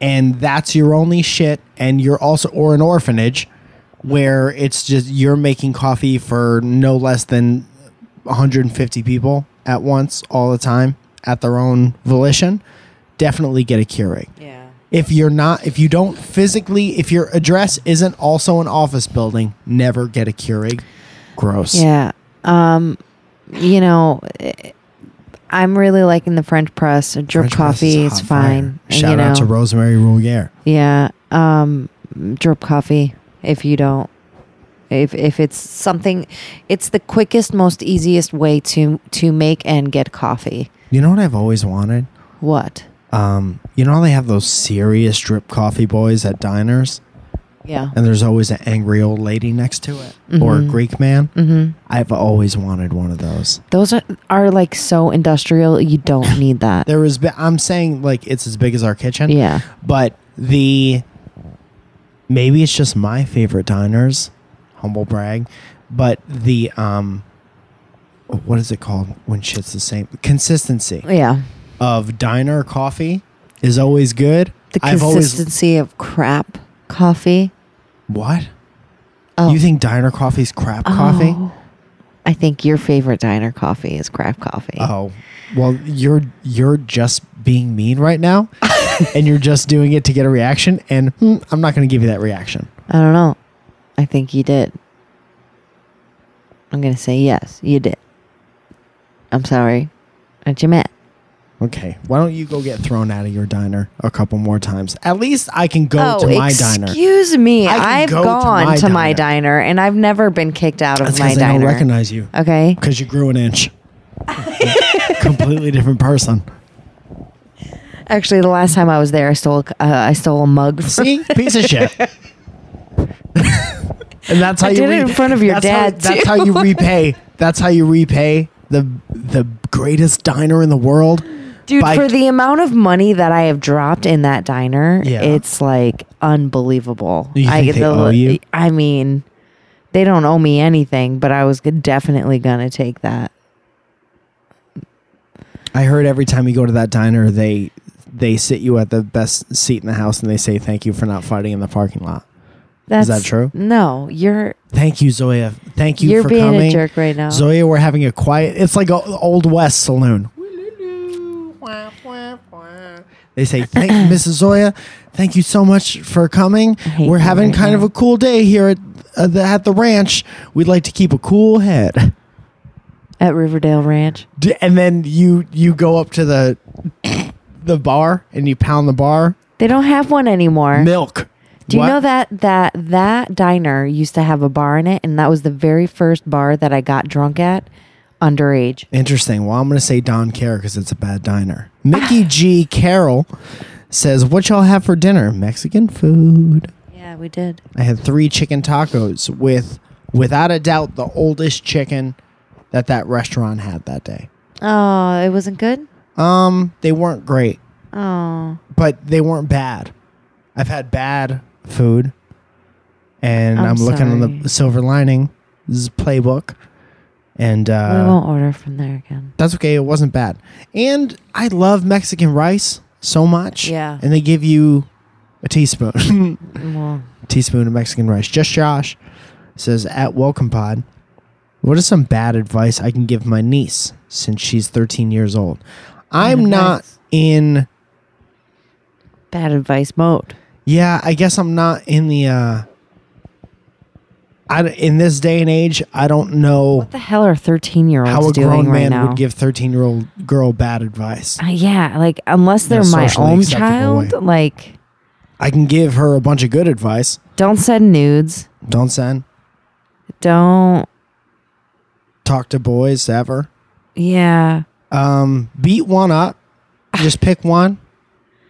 S2: and that's your only shit and you're also or an orphanage where it's just you're making coffee for no less than 150 people at once all the time at their own volition, definitely get a Keurig.
S1: Yeah.
S2: If you're not if you don't physically if your address isn't also an office building, never get a Keurig. Gross.
S1: Yeah. Um, you know, eh, I'm really liking the French press. Drip
S2: French press
S1: coffee
S2: is
S1: is
S2: hot fire.
S1: fine. and,
S2: Shout
S1: you know,
S2: out to Rosemary Roulier.
S1: Yeah. Um, drip coffee. If you don't, if if it's something, it's the quickest, most easiest way to to make and get coffee.
S2: You know what I've always wanted?
S1: What?
S2: Um, you know how they have those serious drip coffee boys at diners,
S1: Yeah.
S2: and there's always an angry old lady next to it, or a Greek man. Mm-hmm. I've always wanted one of those.
S1: Those are, are like so industrial. You
S2: [COUGHS]
S1: don't need that.
S2: There is, bi- I'm saying, like it's as big as our kitchen.
S1: Yeah.
S2: but the maybe it's just my favorite diners, humble brag, but the um, what is it called when shit's the same? Consistency
S1: Yeah.
S2: of diner coffee is always good.
S1: The
S2: I've always
S1: consistency of crap coffee.
S2: what.
S1: Oh.
S2: You think diner coffee's crap coffee?
S1: Oh. I think your favorite diner coffee is crap coffee.
S2: Oh, well, you're you're just being mean
S1: [LAUGHS]
S2: right now, and you're just doing it to get a reaction. And hmm, I'm not going to give you that reaction.
S1: I don't know. I think you did. I'm going to say yes, you did. I'm sorry. Aren't you mad?
S2: Okay, why don't you go get thrown out of your diner a couple more times? At least I can go to my diner.
S1: Oh, excuse me.
S2: I can
S1: I've
S2: go to
S1: gone to,
S2: my
S1: my, diner and I've never been kicked out of
S2: That's
S1: my
S2: because they
S1: diner.
S2: don't recognize you
S1: okay.
S2: because you grew an inch. [LAUGHS] Completely different person.
S1: Actually, the last time I was there, I stole a c- uh, I stole a mug. From,
S2: See, piece of shit. and that's how
S1: I
S2: you
S1: did it in front of your
S2: that's how-
S1: dad,
S2: that's
S1: too.
S2: how you repay. That's how you repay the the greatest diner in the world.
S1: Dude,
S2: by-
S1: for the amount of money that I have dropped in that diner,
S2: Yeah.
S1: it's like unbelievable.
S2: You
S1: I,
S2: think they owe you?
S1: I mean, they don't owe me anything, but I was g- definitely gonna take that.
S2: I heard every time you go to that diner, they they sit you at the best seat in the house and they say thank you for not fighting in the parking lot.
S1: That's
S2: that true?
S1: No, you're
S2: Thank you, Zoya. Thank you
S1: you are
S2: for
S1: being
S2: coming.
S1: a jerk right now.
S2: Zoya, we're having a quiet. It's like a old west saloon. They say, "Thank Mrs. Zoya. Thank you so much for coming.
S1: hate
S2: We're
S1: you
S2: having
S1: right
S2: kind of
S1: now.
S2: a cool day here at uh, the, at the ranch. We'd like to keep a cool head."
S1: At Riverdale Ranch,
S2: D- And then you you go up to the the bar and you pound the bar.
S1: they don't have one anymore.
S2: Milk.
S1: Do you
S2: What?
S1: know that that that diner used to have a bar in it, and that was the very first bar that I got drunk at underage.
S2: Interesting. Well, I'm going to say Don Care because it's a bad diner. Mickey G. Carroll says, What y'all have for dinner? Mexican food.
S1: Yeah, we did.
S2: I had three chicken tacos with, without a doubt, the oldest chicken that that restaurant had that day.
S1: Oh, it wasn't good.
S2: Um, they weren't great,
S1: Oh.
S2: but they weren't bad. I've had bad food, and I'm,
S1: I'm
S2: looking on
S1: sorry.
S2: the silver lining this is playbook, and uh,
S1: we won't order from there again.
S2: That's okay. It wasn't bad. And I love Mexican rice so much.
S1: Yeah.
S2: And they give you a teaspoon, [LAUGHS]
S1: Well,
S2: teaspoon of Mexican rice. Just Josh says at Welcome Pod, what is some bad advice I can give my niece since she's 13 years old? I'm not
S1: advice.
S2: in.
S1: bad advice mode.
S2: Yeah, I guess I'm not in the. uh I, in this day and age, I don't know
S1: What the hell are thirteen-year-olds
S2: how a
S1: doing
S2: grown
S1: right
S2: man
S1: now?
S2: would give 13 year old girl bad advice.
S1: Uh, yeah, like unless
S2: a
S1: they're my
S2: socially
S1: own
S2: acceptable
S1: child,
S2: way.
S1: like
S2: I can give her a bunch of good advice.
S1: don't send nudes.
S2: Don't send.
S1: Don't.
S2: Talk to boys ever.
S1: Yeah,
S2: Um, beat
S1: [LAUGHS]
S2: one up. Just pick one.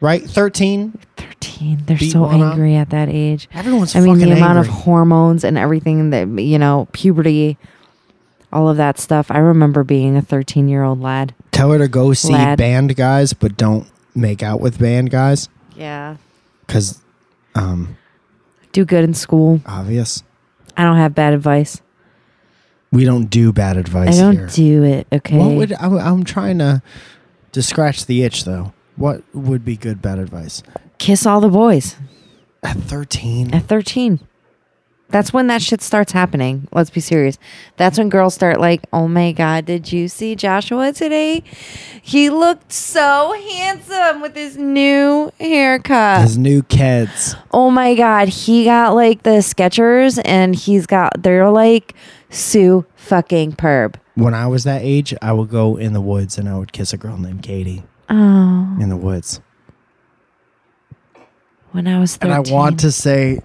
S2: Right? 13.
S1: thirteen. They're
S2: Beat
S1: so
S2: one up.
S1: angry at that age.
S2: Everyone's
S1: I mean, the
S2: fucking
S1: amount of
S2: angry.
S1: hormones and everything that you know, puberty, all of that stuff. I remember being a thirteen-year-old lad.
S2: Tell her to go see
S1: Lad.
S2: band guys, but don't make out with band guys
S1: Yeah,
S2: because um,
S1: do good in school.
S2: obvious.
S1: I don't have bad advice.
S2: We don't do bad advice
S1: I don't
S2: here.
S1: do it. Okay.
S2: what would I, I'm trying to to scratch the itch though. What would be good bad advice?
S1: Kiss all the boys
S2: At 13,
S1: at 13. That's when that shit starts happening. Let's be serious. That's when girls start like, oh my God, did you see Joshua today? He looked so handsome with his new haircut.
S2: his new kids.
S1: oh my god, he got like the Skechers, and he's got they're like Sue fucking perb.
S2: When I was that age, I would go in the woods and I would kiss a girl named Katie
S1: Oh,
S2: in the woods.
S1: when I was
S2: And
S1: thirteen,
S2: I want to say,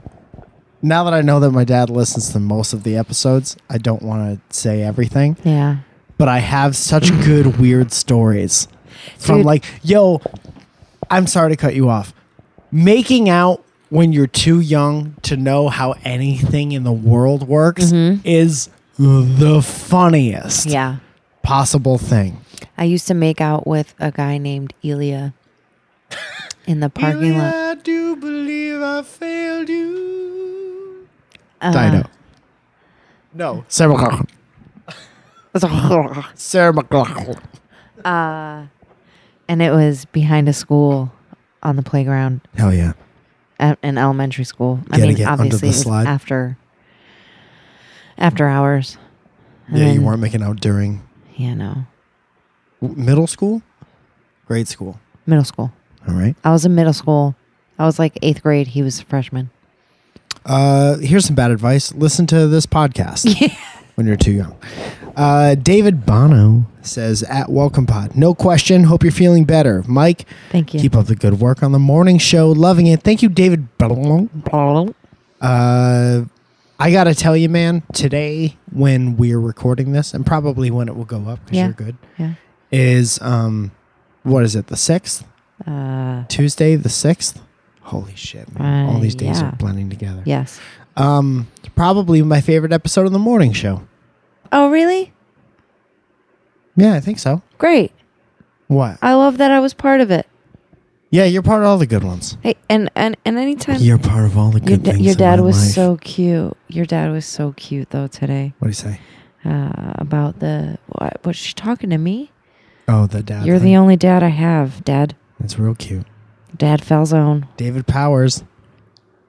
S2: now that I know that my dad listens to most of the episodes, I don't want to say everything,
S1: yeah,
S2: but I
S1: [CLEARS THROAT]
S2: have such good weird stories from
S1: Dude.
S2: like, yo, I'm sorry to cut you off. Making out when you're too young to know how anything in the world works is the funniest
S1: Mm-hmm. yeah.
S2: possible thing.
S1: I used to make out with a guy named Elia in the parking
S2: Really,
S1: lot.
S2: I do believe I failed you.
S1: Uh,
S2: Dino. No, Sarah
S1: [LAUGHS]
S2: McLachlan. Sarah McLachlan.
S1: Uh, and it was behind a school on the playground
S2: Hell yeah.
S1: at an elementary school. I
S2: Gotta
S1: mean,
S2: get under
S1: obviously,
S2: the
S1: it was
S2: slide.
S1: after after hours. And
S2: Yeah, you
S1: then-
S2: weren't making out during
S1: Yeah, no,
S2: w- middle school, grade school.
S1: middle school.
S2: All right.
S1: I was in middle school. I was like eighth grade. He was a [LAUGHS] freshman.
S2: Uh, here's some bad advice. Listen to this podcast when you're too young. Uh, David Bono says at Welcome Pod. No question. Hope you're feeling better. Mike,
S1: Thank you.
S2: keep up the good work on the morning show. Loving it. Thank you, David Bono. Uh, I gotta tell you, man. Today, when we're recording this, and probably when it will go up, because
S1: Yeah.
S2: you're good,
S1: Yeah.
S2: is um, what is it? The sixth
S1: Uh,
S2: Tuesday, the sixth. Holy shit, man!
S1: Uh,
S2: All these days
S1: yeah.
S2: are blending together.
S1: yes.
S2: Um, probably my favorite episode of the morning show.
S1: Oh, really?
S2: Yeah, I think so.
S1: Great.
S2: What?
S1: I love that I was part of it.
S2: Yeah, you're part of all the good ones.
S1: Hey, and and and anytime
S2: You're part of all the
S1: your,
S2: good
S1: da-
S2: things.
S1: your
S2: in
S1: dad
S2: my
S1: was
S2: life.
S1: so cute. Your dad was so cute though today.
S2: What do you say?
S1: Uh, about the what was she talking to me?
S2: Oh, the dad.
S1: You're the only dad I have, Dad.
S2: It's real cute.
S1: Dad Falzone.
S2: David Powers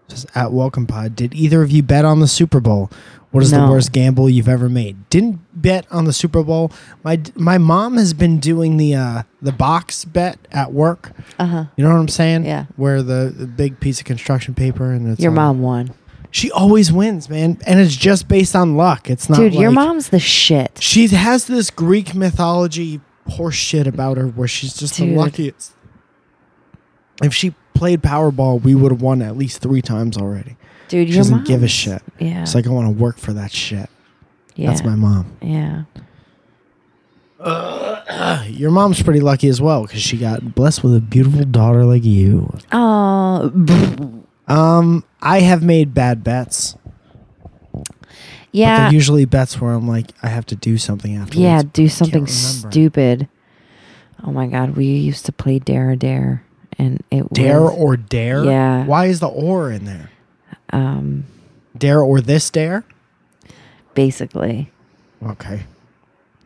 S2: says at Welcome Pod. Did either of you bet on the Super Bowl? What is the
S1: No.
S2: worst gamble you've ever made? Didn't bet on the Super Bowl. My my mom has been doing the uh, the box bet at work.
S1: Uh huh.
S2: You know what I'm saying?
S1: Yeah.
S2: Where the, the big piece of construction paper and it's
S1: Your
S2: all-
S1: mom won,
S2: She always wins, man, and it's just based on luck. It's not
S1: dude. your
S2: like-
S1: mom's the shit.
S2: She has this Greek mythology horse shit about her where she's just the
S1: Dude.
S2: luckiest. If she played Powerball, we would have won at least three times already.
S1: Dude,
S2: She
S1: your
S2: doesn't
S1: mom.
S2: give a shit.
S1: Yeah.
S2: It's like I want to work for that shit.
S1: yeah.
S2: That's my mom. [SIGHS]
S1: Yeah.
S2: Your mom's pretty lucky as well because she got blessed with a beautiful daughter like you.
S1: Oh.
S2: Um, I have made bad bets, but
S1: Yeah.
S2: they're usually bets where I'm like, I have to do something afterwards.
S1: Yeah, do something
S2: remember.
S1: stupid. Oh my god, we used to play Dare or Dare, and it
S2: Dare
S1: was,
S2: or dare?
S1: Yeah.
S2: Why is the or in there?
S1: um
S2: Dare or this dare?
S1: basically
S2: Okay.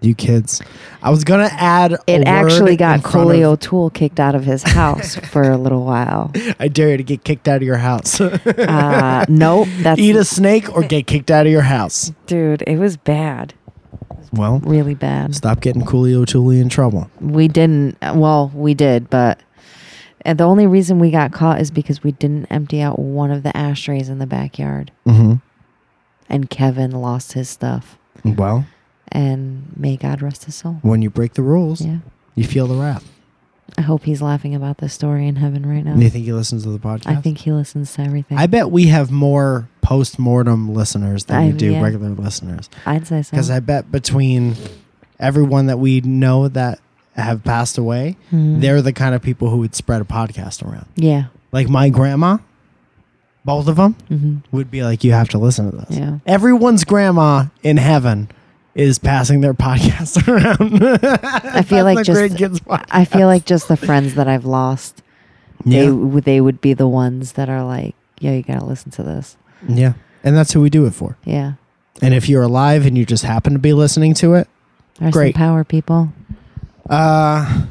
S2: You kids. I was gonna add a
S1: it
S2: word
S1: actually
S2: in
S1: got
S2: front
S1: Coley
S2: of-
S1: O'Toole kicked out of his
S2: [LAUGHS]
S1: house for a little while.
S2: I dare you to get kicked out of your house. [LAUGHS]
S1: Uh, nope, that's
S2: Eat a snake or get kicked out of your house.
S1: dude. It was bad,
S2: Well,
S1: really bad.
S2: stop getting Coolio O'Toole in trouble.
S1: We didn't. Well, we did, but and the only reason we got caught is because we didn't empty out one of the ashtrays in the backyard,
S2: Mm-hmm.
S1: and Kevin lost his stuff.
S2: Well,
S1: And may God rest his soul.
S2: when you break the rules,
S1: Yeah.
S2: you feel the wrath.
S1: I hope he's laughing about this story in heaven right now.
S2: Do You think he listens to the podcast?
S1: I think he listens to everything.
S2: I
S1: I,
S2: bet we have more post mortem listeners than
S1: I-
S2: we do
S1: yeah.
S2: regular listeners.
S1: would say so.
S2: Because I bet between everyone that we know that have passed away,
S1: Hmm.
S2: they're the kind of people who would spread a podcast around.
S1: yeah.
S2: Like my grandma, both of them would be like, you have to listen to this.
S1: Mm-hmm. Yeah.
S2: Everyone's grandma in heaven is passing their [LAUGHS] podcast around.
S1: I
S2: [LAUGHS]
S1: feel like
S2: the
S1: just
S2: great kids podcast.
S1: I feel like just the friends that I've lost, they they
S2: yeah.
S1: they would be the ones that are like, yeah, you got to listen to this.
S2: yeah. And that's who we do it for.
S1: Yeah.
S2: And if you're alive and you just happen to be listening to it,
S1: There's
S2: Great.
S1: some power people.
S2: uh,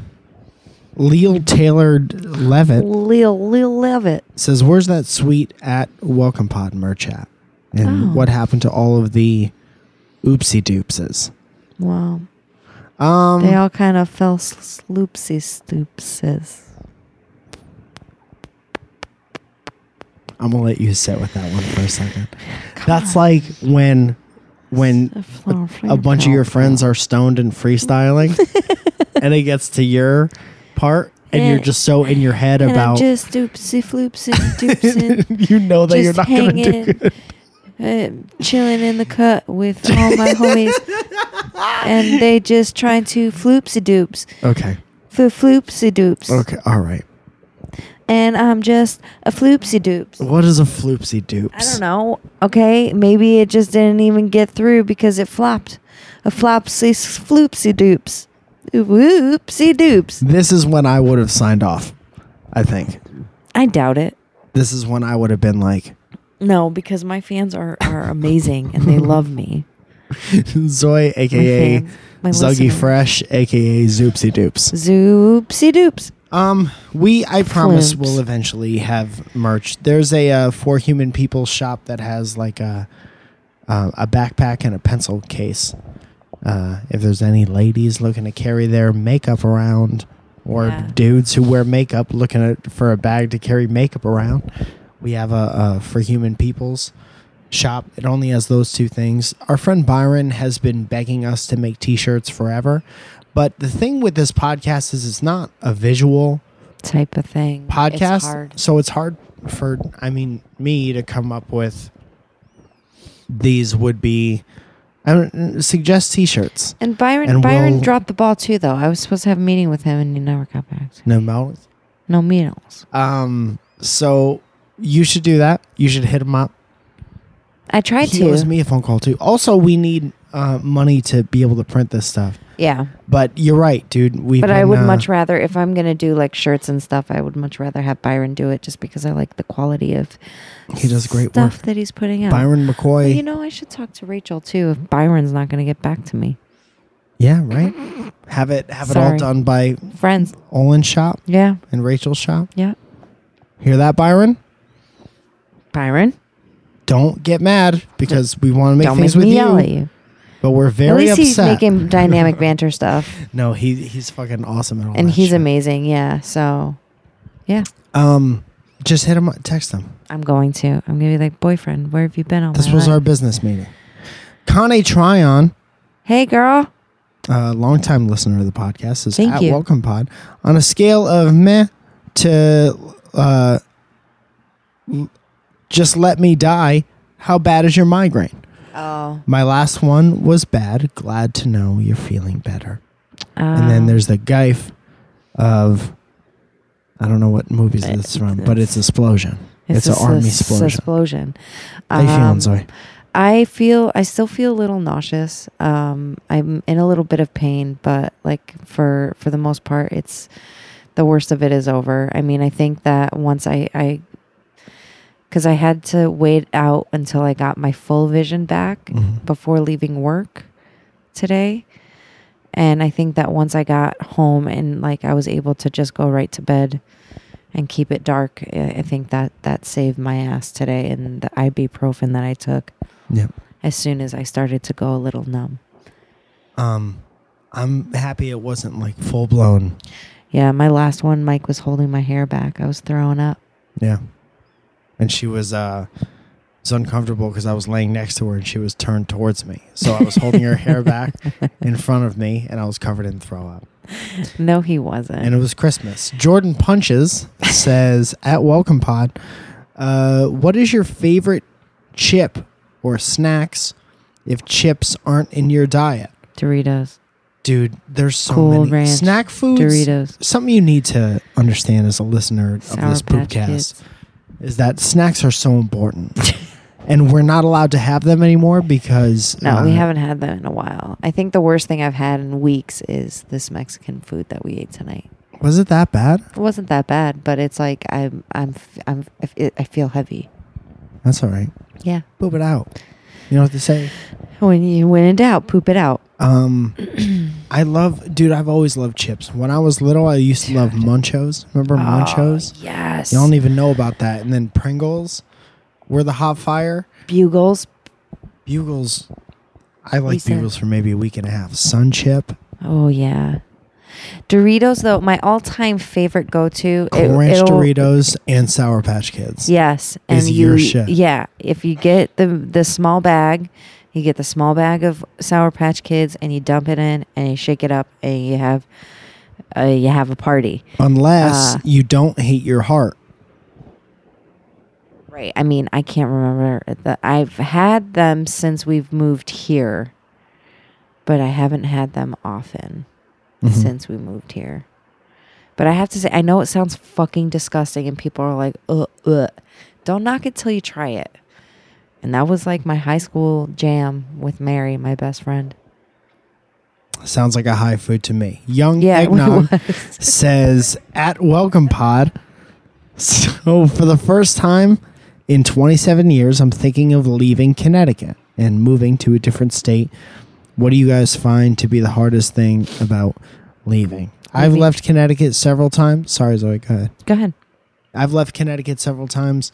S2: Leal Taylor Levitt
S1: Lil Lil Levitt.
S2: says, "Where's that sweet at Welcome Pod merch at? And
S1: Oh.
S2: what happened to all of the oopsie doopses?"
S1: Wow.
S2: Um,
S1: They all kind of fell s- sloopsy stoopses.
S2: I'm gonna let you sit with that one for a second. That's like when when a bunch of your friends are stoned
S1: [LAUGHS]
S2: and freestyling, and it gets to your part, and you're
S1: And-
S2: just so in your head
S1: and
S2: about
S1: I'm just doopsy floopsy doopsing.
S2: [LAUGHS] you know that you're
S1: just
S2: not gonna do
S1: hanging,
S2: it.
S1: uh, chilling in the cut with all my homies, and they just trying to floopsy doops,
S2: Okay.
S1: for floopsy doops,
S2: Okay. All right.
S1: and I'm just a floopsy doops.
S2: What is a floopsy doops?
S1: I don't know. Okay, maybe it just didn't even get through because it flopped. A flopsy s- floopsy doops, whoopsie doops.
S2: This is when I would have signed off. I think
S1: I doubt it.
S2: this is when I would have been like, [LAUGHS]
S1: No, because my fans are, are amazing and they love me.
S2: Zoe, aka
S1: fans, my
S2: Zuggy
S1: listeners.
S2: Fresh, aka Zoopsy Doops.
S1: Zoopsy doops.
S2: Um, we I promise
S1: Floops.
S2: we'll eventually have merch. There's a uh, for human people shop that has like a uh, a backpack and a pencil case. Uh, if there's any ladies looking to carry their makeup around, or
S1: Yeah.
S2: dudes who wear makeup looking at, for a bag to carry makeup around, we have a, a for human people's shop. It only has those two things. Our friend Byron has been begging us to make T-shirts forever, but the thing with this podcast is it's not a visual
S1: Type of thing. It's
S2: podcast
S1: hard.
S2: so it's hard for i mean me to come up with these would be i don't suggest t-shirts
S1: And Byron
S2: And
S1: Byron
S2: we'll-
S1: dropped the ball too though. I was supposed to have a meeting with him and he never got back. to me.
S2: no mouth
S1: No meetings.
S2: um so you should do that you should hit him up
S1: I tried
S2: he
S1: to.
S2: owes me a phone call too also we need uh, money to be able to print this stuff
S1: yeah.
S2: but you're right dude uh, we
S1: But I would much rather if I'm gonna do like shirts and stuff, I would much rather have Byron do it just because I like the quality of
S2: He does great
S1: stuff
S2: work.
S1: that he's putting out.
S2: byron
S1: Well,
S2: mccoy
S1: you know, I should talk to Rachel too if Byron's not gonna get back to me.
S2: yeah right have it have it all
S1: Sorry.
S2: done by
S1: Friends.
S2: olin's shop
S1: Yeah.
S2: and rachel's shop
S1: Yeah.
S2: hear that byron
S1: Byron.
S2: don't get mad because we want to make
S1: Don't
S2: things
S1: make me
S2: with
S1: yell at
S2: you,
S1: you.
S2: But we're very
S1: At least
S2: upset. Oh,
S1: he's
S2: [LAUGHS]
S1: making dynamic banter stuff,
S2: no, he he's fucking awesome at all.
S1: and
S2: that
S1: he's
S2: shit.
S1: amazing. Yeah, so yeah,
S2: Um, just hit him, up, text him.
S1: I'm going to. I'm gonna be like, boyfriend, where have you been all
S2: This
S1: my
S2: was
S1: life?"
S2: our business meeting. Kane Tryon,
S1: Hey, girl.
S2: a longtime listener of the podcast, is
S1: Thank
S2: at
S1: you.
S2: Welcome Pod. On a scale of meh to uh, l- just let me die. How bad is your migraine?
S1: Oh,
S2: My last one was bad. Glad to know you're feeling better.
S1: Uh,
S2: and then there's the gif of I don't know what movies
S1: Uh,
S2: it's from, but it's explosion. It's,
S1: a
S2: an army
S1: s-
S2: explosion.
S1: explosion.
S2: How you feeling,
S1: Um,
S2: Zoe?
S1: I feel. I still feel a little nauseous. Um, I'm in a little bit of pain, but like for for the most part, it's the worst of it is over. I mean, I think that once I I because I had to wait out until I got my full vision back
S2: Mhm.
S1: before leaving work today. And I think that once I got home and like I was able to just go right to bed and keep it dark, I I think that that saved my ass today. And the ibuprofen that I took
S2: Yep.
S1: as soon as I started to go a little numb.
S2: Um, I'm happy it wasn't like full blown.
S1: Yeah, my last one, Mike was holding my hair back. I was throwing up.
S2: Yeah. And she was uh, was uncomfortable because I was laying next to her and she was turned towards me, so I was holding her hair [LAUGHS] back in front of me, and I was covered in throw up.
S1: No, he wasn't.
S2: and it was Christmas. Jordan
S1: [LAUGHS]
S2: Punches says at Welcome Pod, uh, what is your favorite chip or snacks if chips aren't in your diet?
S1: Doritos,
S2: Dude, there's so
S1: Cool
S2: many
S1: Ranch
S2: snack foods.
S1: Doritos,
S2: Something you need to understand as a listener of
S1: Sour
S2: this
S1: Patch
S2: podcast is that snacks are so important.
S1: [LAUGHS]
S2: and we're not allowed to have them anymore because
S1: No, we
S2: uh,
S1: haven't had them in a while. I think the worst thing I've had in weeks is this Mexican food that we ate tonight.
S2: Was it that bad?
S1: It wasn't that bad, but it's like I'm I'm f- I'm I f- I feel heavy.
S2: That's all right.
S1: Yeah.
S2: Poop it out. You know what they say?
S1: When you when in doubt, poop it out.
S2: Um, I love, dude. I've always loved chips. When I was little, I used to love Munchos. Remember Munchos?
S1: Oh, yes.
S2: You don't even know about that. And then Pringles were the hot fire.
S1: Bugles.
S2: Bugles. I like
S1: Lisa.
S2: Bugles for maybe a week and a half. Sun Chip.
S1: Oh yeah. Doritos though, my all-time favorite go-to. it-
S2: Ranch
S1: it'll-
S2: Doritos and Sour Patch Kids.
S1: Yes, and
S2: is
S1: you
S2: your shit.
S1: yeah, if you get the the small bag, you get the small bag of Sour Patch Kids and you dump it in and you shake it up and you have uh, you have a party.
S2: Unless
S1: Uh,
S2: you don't hate your heart.
S1: Right. I mean, I can't remember that I've had them since we've moved here, but I haven't had them often
S2: Mm-hmm.
S1: since we moved here. But I have to say, I know it sounds fucking disgusting, and people are like, ugh, ugh. don't knock it till you try it. And that was like my high school jam with Mary, my best friend.
S2: Sounds like a high food to me. Young
S1: Yeah, [LAUGHS] it
S2: Eggnog
S1: was.
S2: says at Welcome Pod. So for the first time in 27 years, I'm thinking of leaving Connecticut and moving to a different state. What do you guys find to be the hardest thing about leaving? I've
S1: Leaving.
S2: left Connecticut several times. Sorry, Zoe. Go ahead.
S1: Go ahead.
S2: I've left Connecticut several times.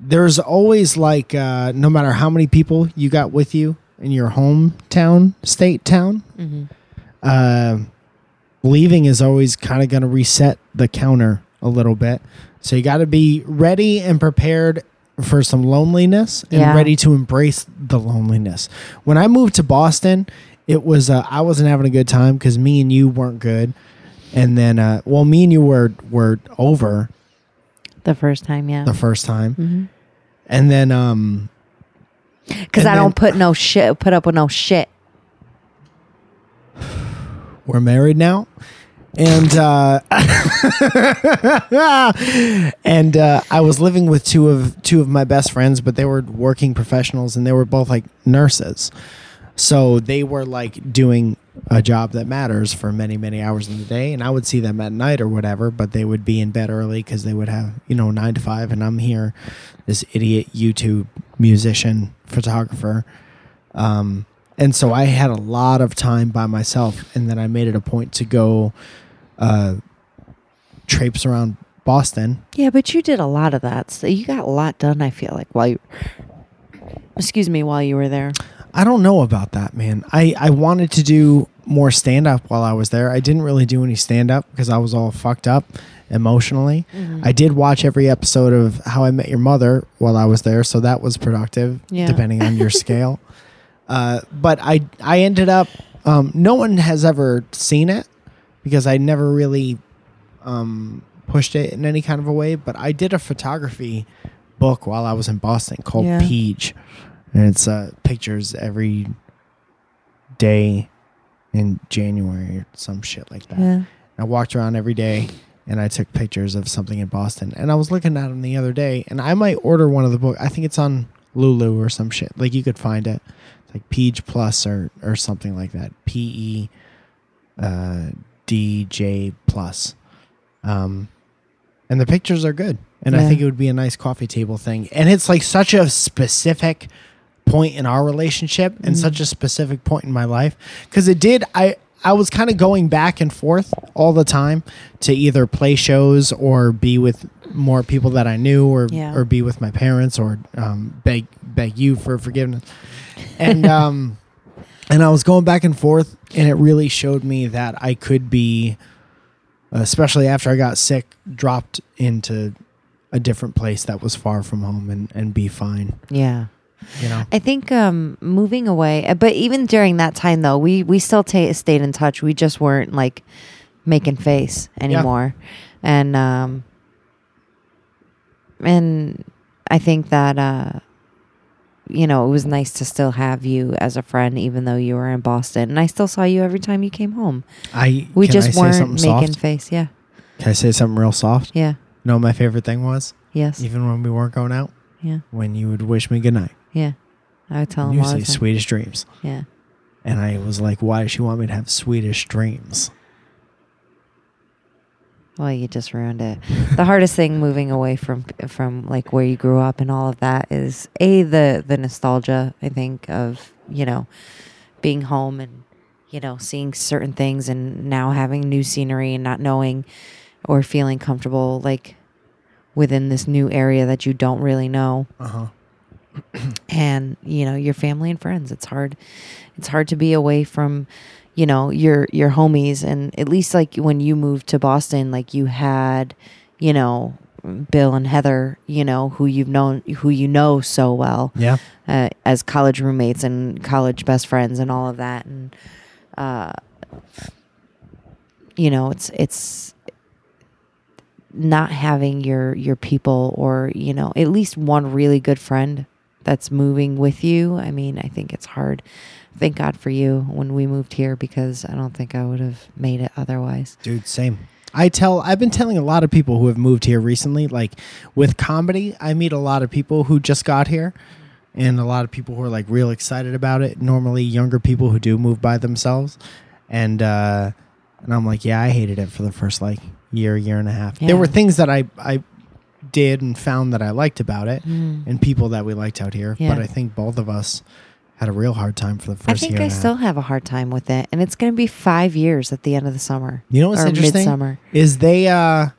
S2: There's always like, uh, no matter how many people you got with you in your hometown, state town, uh, leaving is always kind of going to reset the counter a little bit. So you got to be ready and prepared for some loneliness and
S1: Yeah.
S2: ready to embrace the loneliness. When I moved to Boston, it was uh, I wasn't having a good time because me and you weren't good, and then uh, well, me and you were were over
S1: The first time, yeah.
S2: the first time, and then um,
S1: Because
S2: and
S1: I don't
S2: then-
S1: put no shit, put up with no shit.
S2: we're married now and uh [LAUGHS] and uh i was living with two of two of my best friends but they were working professionals and they were both like nurses so they were like doing a job that matters for many many hours in the day and i would see them at night or whatever but they would be in bed early because they would have you know nine to five and i'm here this idiot youtube musician photographer um, and so I had a lot of time by myself, and then I made it a point to go uh, traipse around Boston.
S1: Yeah, but you did a lot of that. So you got a lot done, I feel like, while you excuse me, while you were there.
S2: I don't know about that, man. I, I wanted to do more stand up while I was there. I didn't really do any stand up because I was all fucked up emotionally. I did watch every episode of How I Met Your Mother while I was there, so that was productive,
S1: Yeah.
S2: depending on your scale. Uh, but I I ended up um, no one has ever seen it because I never really um, pushed it in any kind of a way. But I did a photography book while I was in Boston called
S1: Yeah.
S2: Peach, and it's uh, pictures every day in January or some shit like that.
S1: Yeah.
S2: I walked around every day and I took pictures of something in Boston. And I was looking at them the other day, and I might order one of the book. I think it's on Lulu or some shit. Like you could find it, it's like Page Plus or or something like that. P E uh, D J Plus. Um, and the pictures are good. And I
S1: Yeah.
S2: think it would be a nice coffee table thing. And it's like such a specific point in our relationship and such a specific point in my life because it did i i was kind of going back and forth all the time to either play shows or be with more people that i knew or
S1: Yeah.
S2: or be with my parents or um, beg beg you for forgiveness
S1: [LAUGHS]
S2: and um and i was going back and forth and it really showed me that i could be especially after i got sick dropped into a different place that was far from home and and be fine
S1: Yeah.
S2: you know
S1: I think um, moving away, uh, but even during that time though, we we still ta stayed in touch. We just weren't like making face anymore, and um, and I think that uh, you know it was nice to still have you as a friend, even though you were in Boston, and I still saw you every time you came home.
S2: I
S1: We
S2: can I
S1: just
S2: say
S1: weren't
S2: something
S1: making
S2: soft?
S1: face. Yeah,
S2: Can I say something real soft?
S1: yeah,
S2: You know what my favorite thing was?
S1: yes,
S2: Even when we weren't going out,
S1: yeah,
S2: when you would wish me goodnight.
S1: yeah. I would tell
S2: And
S1: him
S2: you
S1: all the
S2: say
S1: time.
S2: sweetest dreams.
S1: Yeah,
S2: And [LAUGHS] I was like, why does she want me to have sweetest dreams?
S1: Well, you just ruined it. [LAUGHS] The hardest thing moving away from from like where you grew up and all of that is a the the nostalgia. I think of you know being home and you know seeing certain things and now having new scenery and not knowing or feeling comfortable like within this new area that you don't really know
S2: Uh huh.
S1: and you know your family and friends it's hard it's hard to be away from you know your your homies and at least like when you moved to boston like you had you know bill and heather you know who you've known who you know so well
S2: Yeah.
S1: uh, as college roommates and college best friends and all of that and uh you know it's it's not having your your people or you know at least one really good friend that's moving with you i mean i think it's hard thank god for you when we moved here because i don't think i would have made it otherwise
S2: Dude, same. I tell I've been telling a lot of people who have moved here recently, like with comedy, I meet a lot of people who just got here and a lot of people who are like real excited about it. Normally younger people who do move by themselves. And uh and I'm like, yeah, I hated it for the first like year, year and a half.
S1: Yeah.
S2: There were things that I I did and found that I liked about it
S1: Mm.
S2: and people that we liked out here.
S1: Yeah.
S2: But I think both of us had a real hard time for the first
S1: i think
S2: year.
S1: i
S2: and a half.
S1: still have a hard time with it and it's going to be five years at the end of the summer
S2: You know what's
S1: or
S2: interesting
S1: midsummer
S2: is they uh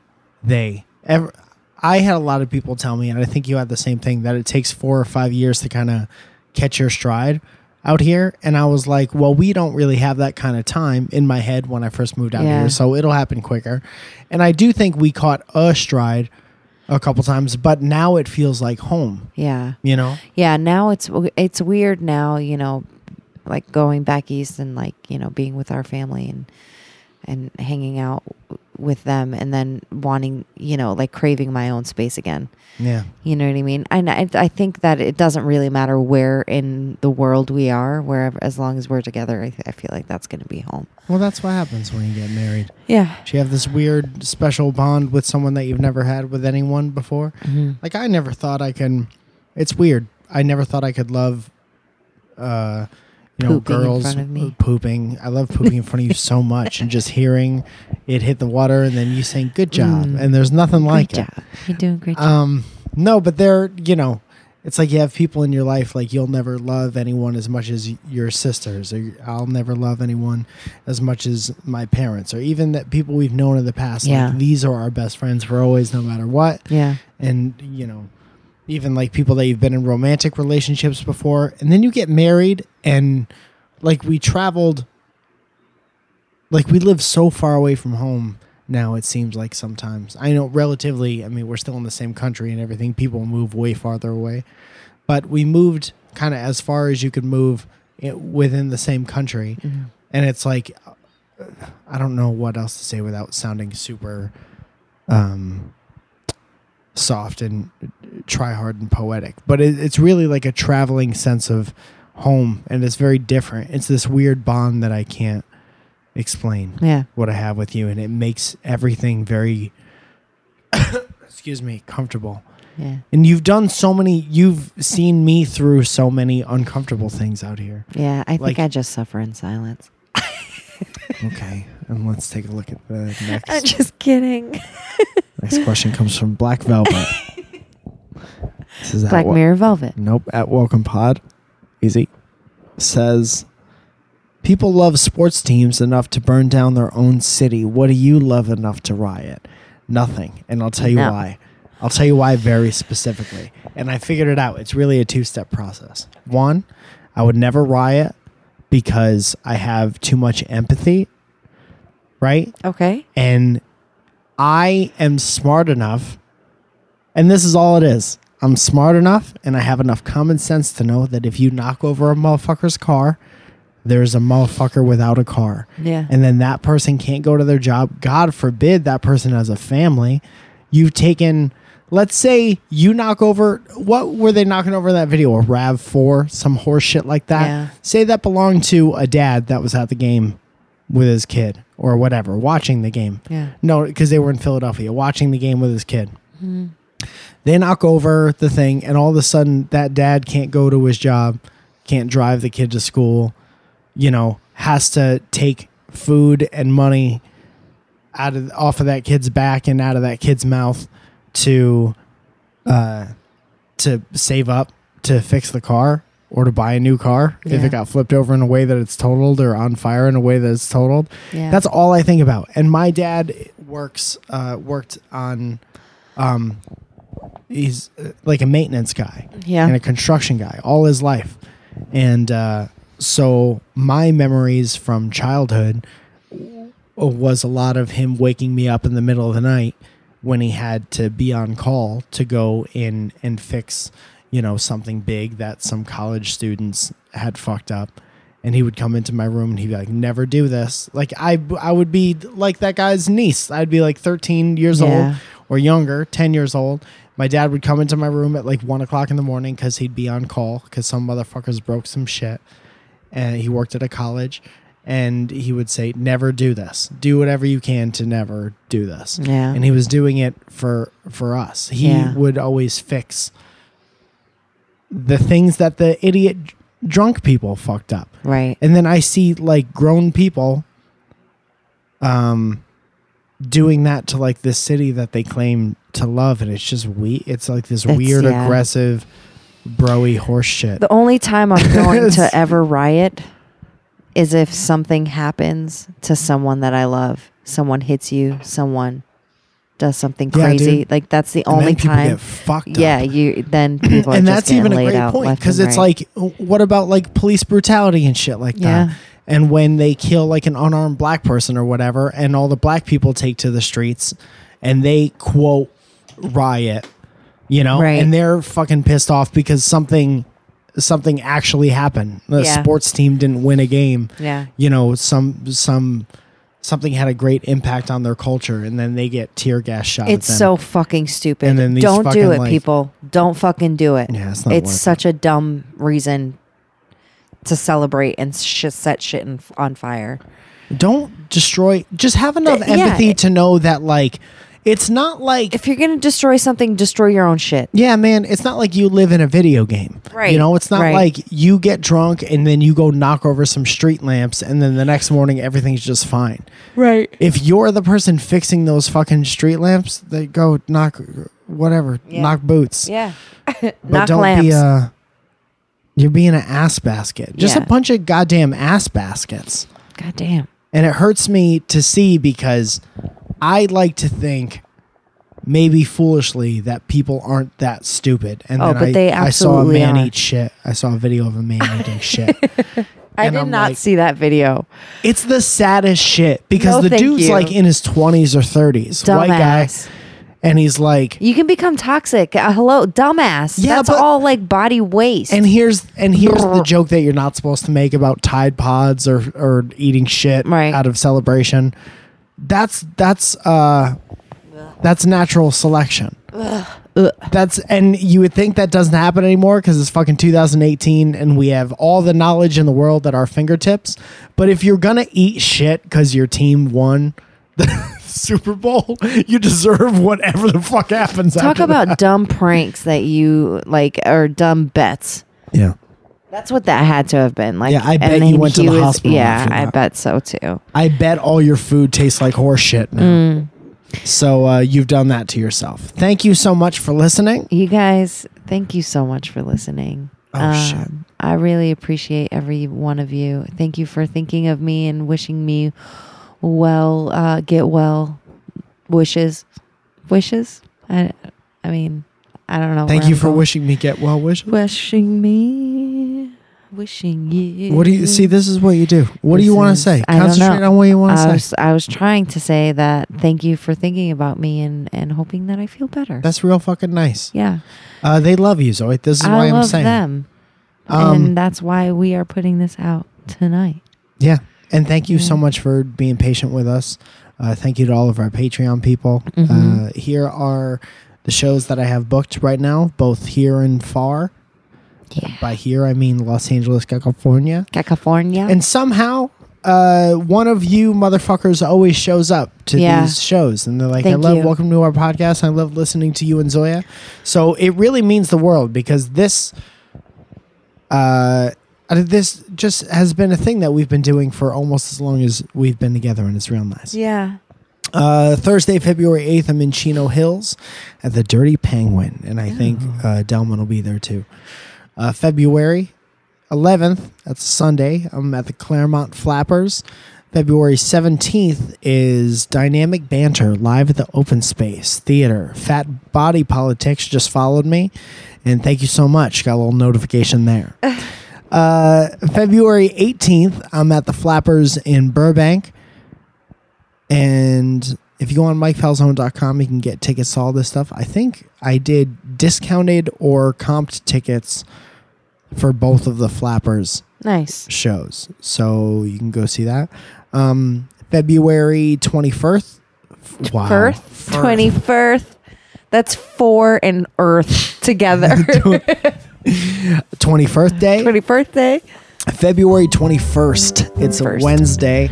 S2: they ever I had a lot of people tell me, and I think you had the same thing that it takes four or five years to kind of catch your stride out here. And I was like, well, we don't really have that kind of time in my head when I first moved out
S1: Yeah.
S2: here, so it'll happen quicker. And I do think we caught a stride a couple times, but now it feels like home.
S1: yeah
S2: You know,
S1: yeah now it's it's weird now you know like going back east and like you know being with our family and and hanging out with them and then wanting you know like craving my own space again
S2: yeah,
S1: you know what i mean and i, I think that it doesn't really matter where in the world we are wherever as long as we're together i, th- I feel like that's going to be home
S2: well, that's what happens when you get married.
S1: yeah
S2: Do you have this weird special bond with someone that you've never had with anyone before?
S1: Mm-hmm.
S2: Like I never thought I can. It's weird. I never thought I could love, uh, you know,
S1: Pooping in
S2: girls uh,
S1: front of me.
S2: pooping. I love pooping in front of you so much, and just hearing it hit the water, and then you saying "good job,"
S1: Mm.
S2: and there's nothing like
S1: great
S2: it.
S1: job you're doing a great job
S2: Um, no, but they're you know, it's like you have people in your life like you'll never love anyone as much as your sisters, or I'll never love anyone as much as my parents, or even that people we've known in the past.
S1: Yeah.
S2: Like these are our best friends for always, no matter what.
S1: yeah
S2: And you know, even like people that you've been in romantic relationships before, and then you get married, and like we traveled, like we live so far away from home now. It seems like sometimes I know relatively. I mean, we're still in the same country and everything. People move way farther away, but we moved kind of as far as you could move it, within the same country, and it's like I don't know what else to say without sounding super um, soft and try hard and poetic. But it, it's really like a traveling sense of home, and it's very different. It's this weird bond that I can't explain
S1: yeah
S2: what I have with you, and it makes everything very, [COUGHS] excuse me, comfortable.
S1: yeah
S2: And you've done so many, you've seen me through so many uncomfortable things out here.
S1: yeah i think
S2: Like-
S1: i just suffer in silence
S2: Okay, and let's take a look at the next.
S1: i'm just kidding
S2: Next question comes from Black Velvet. this is at
S1: black
S2: Wel-
S1: mirror velvet
S2: Nope, at Welcome Pod. Easy. Says people love sports teams enough to burn down their own city. What do you love enough to riot? Nothing. And I'll tell you
S1: No.
S2: why. I'll tell you why very specifically. And I figured it out. It's really a two-step process. One, I would never riot because I have too much empathy, right?
S1: okay
S2: and I am smart enough, and this is all it is. I'm smart enough, and I have enough common sense to know that if you knock over a motherfucker's car, there's a motherfucker without a car.
S1: Yeah.
S2: And then that person can't go to their job. God forbid that person has a family. You've taken, let's say you knock over, what were they knocking over in that video? A RAV4, some horse shit like that?
S1: Yeah.
S2: Say that belonged to a dad that was at the game with his kid or whatever, watching the game.
S1: Yeah.
S2: No, because they were in Philadelphia watching the game with his kid. They knock over the thing, and all of a sudden, that dad can't go to his job, can't drive the kid to school, you know, has to take food and money out of off of that kid's back and out of that kid's mouth to uh to save up to fix the car or to buy a new car if
S1: Yeah.
S2: it got flipped over in a way that it's totaled or on fire in a way that it's totaled.
S1: Yeah.
S2: That's all I think about. And my dad works uh worked on um he's uh, like a maintenance guy
S1: Yeah.
S2: and a construction guy all his life. And uh, so my memories from childhood was a lot of him waking me up in the middle of the night when he had to be on call to go in and fix, you know, something big that some college students had fucked up. And he would come into my room and he'd be like, "Never do this." Like I, I would be like that guy's niece. I'd be like 13 years
S1: Yeah.
S2: old or younger, 10 years old. My dad would come into my room at like one o'clock in the morning because he'd be on call because some motherfuckers broke some shit. And he worked at a college and he would say, Never do this. Do whatever you can to never do this.
S1: Yeah.
S2: And he was doing it for for us. He
S1: Yeah.
S2: would always fix the things that the idiot dr- drunk people fucked up.
S1: right.
S2: And then I see like grown people um doing that to like this city that they claim to love and it's just we it's like this
S1: It's-
S2: weird
S1: yeah.
S2: aggressive broy horse shit.
S1: The only time
S2: [LAUGHS]
S1: I'm going to
S2: It's-
S1: ever riot is if something happens to someone that I love. Someone hits you, someone does something
S2: Yeah,
S1: crazy.
S2: dude.
S1: like that's the
S2: And
S1: only
S2: then people
S1: time.
S2: get fucked up.
S1: yeah, you
S2: [CLEARS THROAT]
S1: then people are
S2: and
S1: just
S2: that's
S1: getting
S2: even a
S1: laid
S2: great
S1: out
S2: point
S1: left
S2: because
S1: and
S2: it's
S1: right.
S2: like what about like police brutality and shit like
S1: Yeah.
S2: that and when they kill like an unarmed black person or whatever and all the black people take to the streets and they quote riot you know
S1: Right.
S2: and they're fucking pissed off because something something actually happened the
S1: Yeah.
S2: sports team didn't win a game
S1: Yeah.
S2: you know some some something had a great impact on their culture and then they get tear gas shot
S1: It's
S2: at them.
S1: so fucking stupid.
S2: And then these
S1: Don't
S2: fucking,
S1: do it,
S2: like-
S1: people. Don't fucking do it.
S2: Yeah, it's not worth
S1: such a dumb reason to celebrate and sh- set shit in, on fire.
S2: don't destroy just have enough
S1: Th- yeah,
S2: empathy
S1: it-
S2: to know that like it's not like
S1: If you're gonna destroy something, destroy your own shit.
S2: yeah man it's not like you live in a video game
S1: Right,
S2: you know it's not
S1: right.
S2: like you get drunk and then you go knock over some street lamps and then the next morning everything's just fine
S1: Right.
S2: if you're the person fixing those fucking street lamps they go knock whatever
S1: Yeah.
S2: knock boots
S1: Yeah. [LAUGHS]
S2: but
S1: Knock
S2: don't
S1: lamps.
S2: be uh you're being an ass basket just
S1: Yeah.
S2: a bunch of goddamn ass baskets
S1: God damn.
S2: And it hurts me to see because I like to think, maybe foolishly, that people aren't that stupid. And
S1: Oh,
S2: then
S1: but
S2: I,
S1: they
S2: I saw a
S1: absolutely
S2: man
S1: are.
S2: eat shit. I saw a video of a man
S1: [LAUGHS]
S2: eating shit.
S1: I did
S2: And I'm
S1: not
S2: like-
S1: see that video.
S2: It's the saddest shit because
S1: No,
S2: the
S1: thank
S2: dude's
S1: you.
S2: like in his 20s or 30s, white guy.
S1: Dumbass.
S2: And he's like,
S1: You can become toxic. Uh, hello, dumbass.
S2: Yeah,
S1: That's
S2: but-
S1: all like body waste.
S2: and here's and here's
S1: [LAUGHS]
S2: the joke that you're not supposed to make about Tide Pods or or eating shit
S1: Right.
S2: out of celebration. That's that's uh that's natural selection. That's and you would think that doesn't happen anymore because it's fucking 2018 and we have all the knowledge in the world at our fingertips. But if you're gonna eat shit because your team won [LAUGHS] the Super Bowl, you deserve whatever the fuck happens.
S1: Talk
S2: [LAUGHS] after
S1: about dumb pranks that you like or dumb bets.
S2: that. yeah.
S1: That's what that had to have been. Like,
S2: Yeah, I
S1: and
S2: bet you
S1: then
S2: went to
S1: he
S2: the hospital
S1: Yeah,
S2: after
S1: I
S2: that.
S1: bet so too.
S2: I bet all your food tastes like horse shit now.
S1: Mm.
S2: So uh, you've done that to yourself. Thank you so much for listening.
S1: You guys, thank you so much for listening. Um,
S2: Oh, shit.
S1: I really appreciate every one of you. Thank you for thinking of me and wishing me well, uh, get well wishes. Wishes? I, I mean, I don't know.
S2: Thank
S1: where
S2: you
S1: I'm
S2: for
S1: going.
S2: wishing me get well wishes.
S1: Wishing me, wishing you.
S2: What do you see? This is what you do. What do
S1: Mm.
S2: you
S1: This
S2: want to
S1: is-
S2: say?
S1: I don't
S2: Concentrate
S1: know.
S2: on what you want
S1: I
S2: to
S1: was,
S2: say.
S1: I was trying to say that thank you for thinking about me and, and hoping that I feel better.
S2: That's real fucking nice.
S1: yeah.
S2: Uh, they love you, Zoe. This is
S1: I
S2: why
S1: love
S2: I'm saying.
S1: them.
S2: Um,
S1: and that's why we are putting this out tonight.
S2: Yeah. And thank you so
S1: Yeah.
S2: much for being patient with us. Uh, thank you to all of our Patreon people.
S1: Mm-hmm.
S2: Uh, here are the shows that I have booked right now, both here and far.
S1: Yeah.
S2: By here, I mean Los Angeles, California.
S1: California.
S2: and somehow uh, one of you motherfuckers always shows up to
S1: Yeah.
S2: these shows and they're like i
S1: Thank
S2: love
S1: you.
S2: welcome to our podcast i love listening to you and zoya so it really means the world because this uh, uh, this just has been a thing that we've been doing for almost as long as we've been together and it's real nice
S1: yeah.
S2: Uh, Thursday, February 8th, I'm in Chino Hills at the Dirty Penguin, and I think uh, Delman will be there too. Uh, February 11th, that's Sunday, I'm at the Claremont Flappers. February 17th is Dynamic Banter live at the Open Space Theater. Fat Body Politics just followed me, and thank you so much. Got a little notification there. Uh, February 18th, I'm at the Flappers in Burbank. And if you go on mikepalzone.com, you can get tickets to all this stuff. I think I did discounted or comped tickets for both of the Flappers
S1: Nice.
S2: shows. So you can go see that. Um, February 21st. F- Wow.
S1: Firth, twenty first. That's four and Earth [LAUGHS]
S2: [LAUGHS]
S1: together.
S2: 21st day.
S1: Twenty birthday.
S2: February 21st. It's
S1: First.
S2: a Wednesday.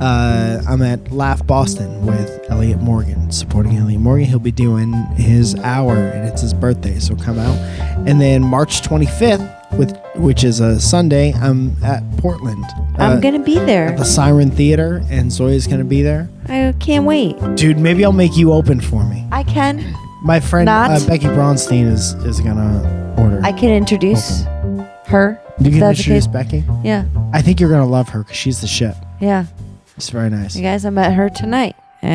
S2: Uh, I'm at Laugh Boston with Elliot Morgan, supporting Elliot Morgan. He'll be doing his hour, and it's his birthday, so come out. And then March 25th, with which is a Sunday, I'm at Portland. uh,
S1: I'm gonna be there.
S2: at the Siren Theater, and Zoya's gonna be there.
S1: I can't wait.
S2: Dude, maybe I'll make you open for me.
S1: I can.
S2: My friend
S1: Not-
S2: uh, Becky Bronstein is is gonna order.
S1: I can introduce her.
S2: Oh. you
S1: Is
S2: can
S1: that the
S2: introduce
S1: case?
S2: Becky.
S1: Yeah,
S2: I think you're gonna love her because she's the shit.
S1: yeah.
S2: It's very nice.
S1: You guys, I met her tonight. Uh,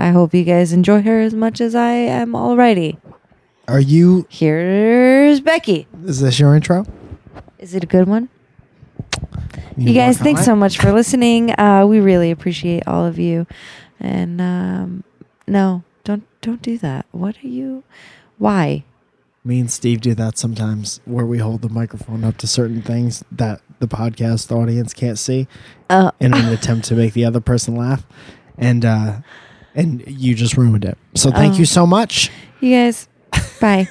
S1: I hope you guys enjoy her as much as I am already.
S2: Are you?
S1: Here's Becky.
S2: Is this your intro?
S1: Is it a good one? You, guys, thanks so much for listening. Uh, we really appreciate all of you. And um, no, don't don't do that. What are you? Why?
S2: Me and Steve do that sometimes, where we hold the microphone up to certain things that the podcast audience can't see,
S1: Uh, [LAUGHS]
S2: in an attempt to make the other person laugh, and uh, and you just ruined it. So thank
S1: Oh.
S2: you so much. [LAUGHS]
S1: you guys, bye.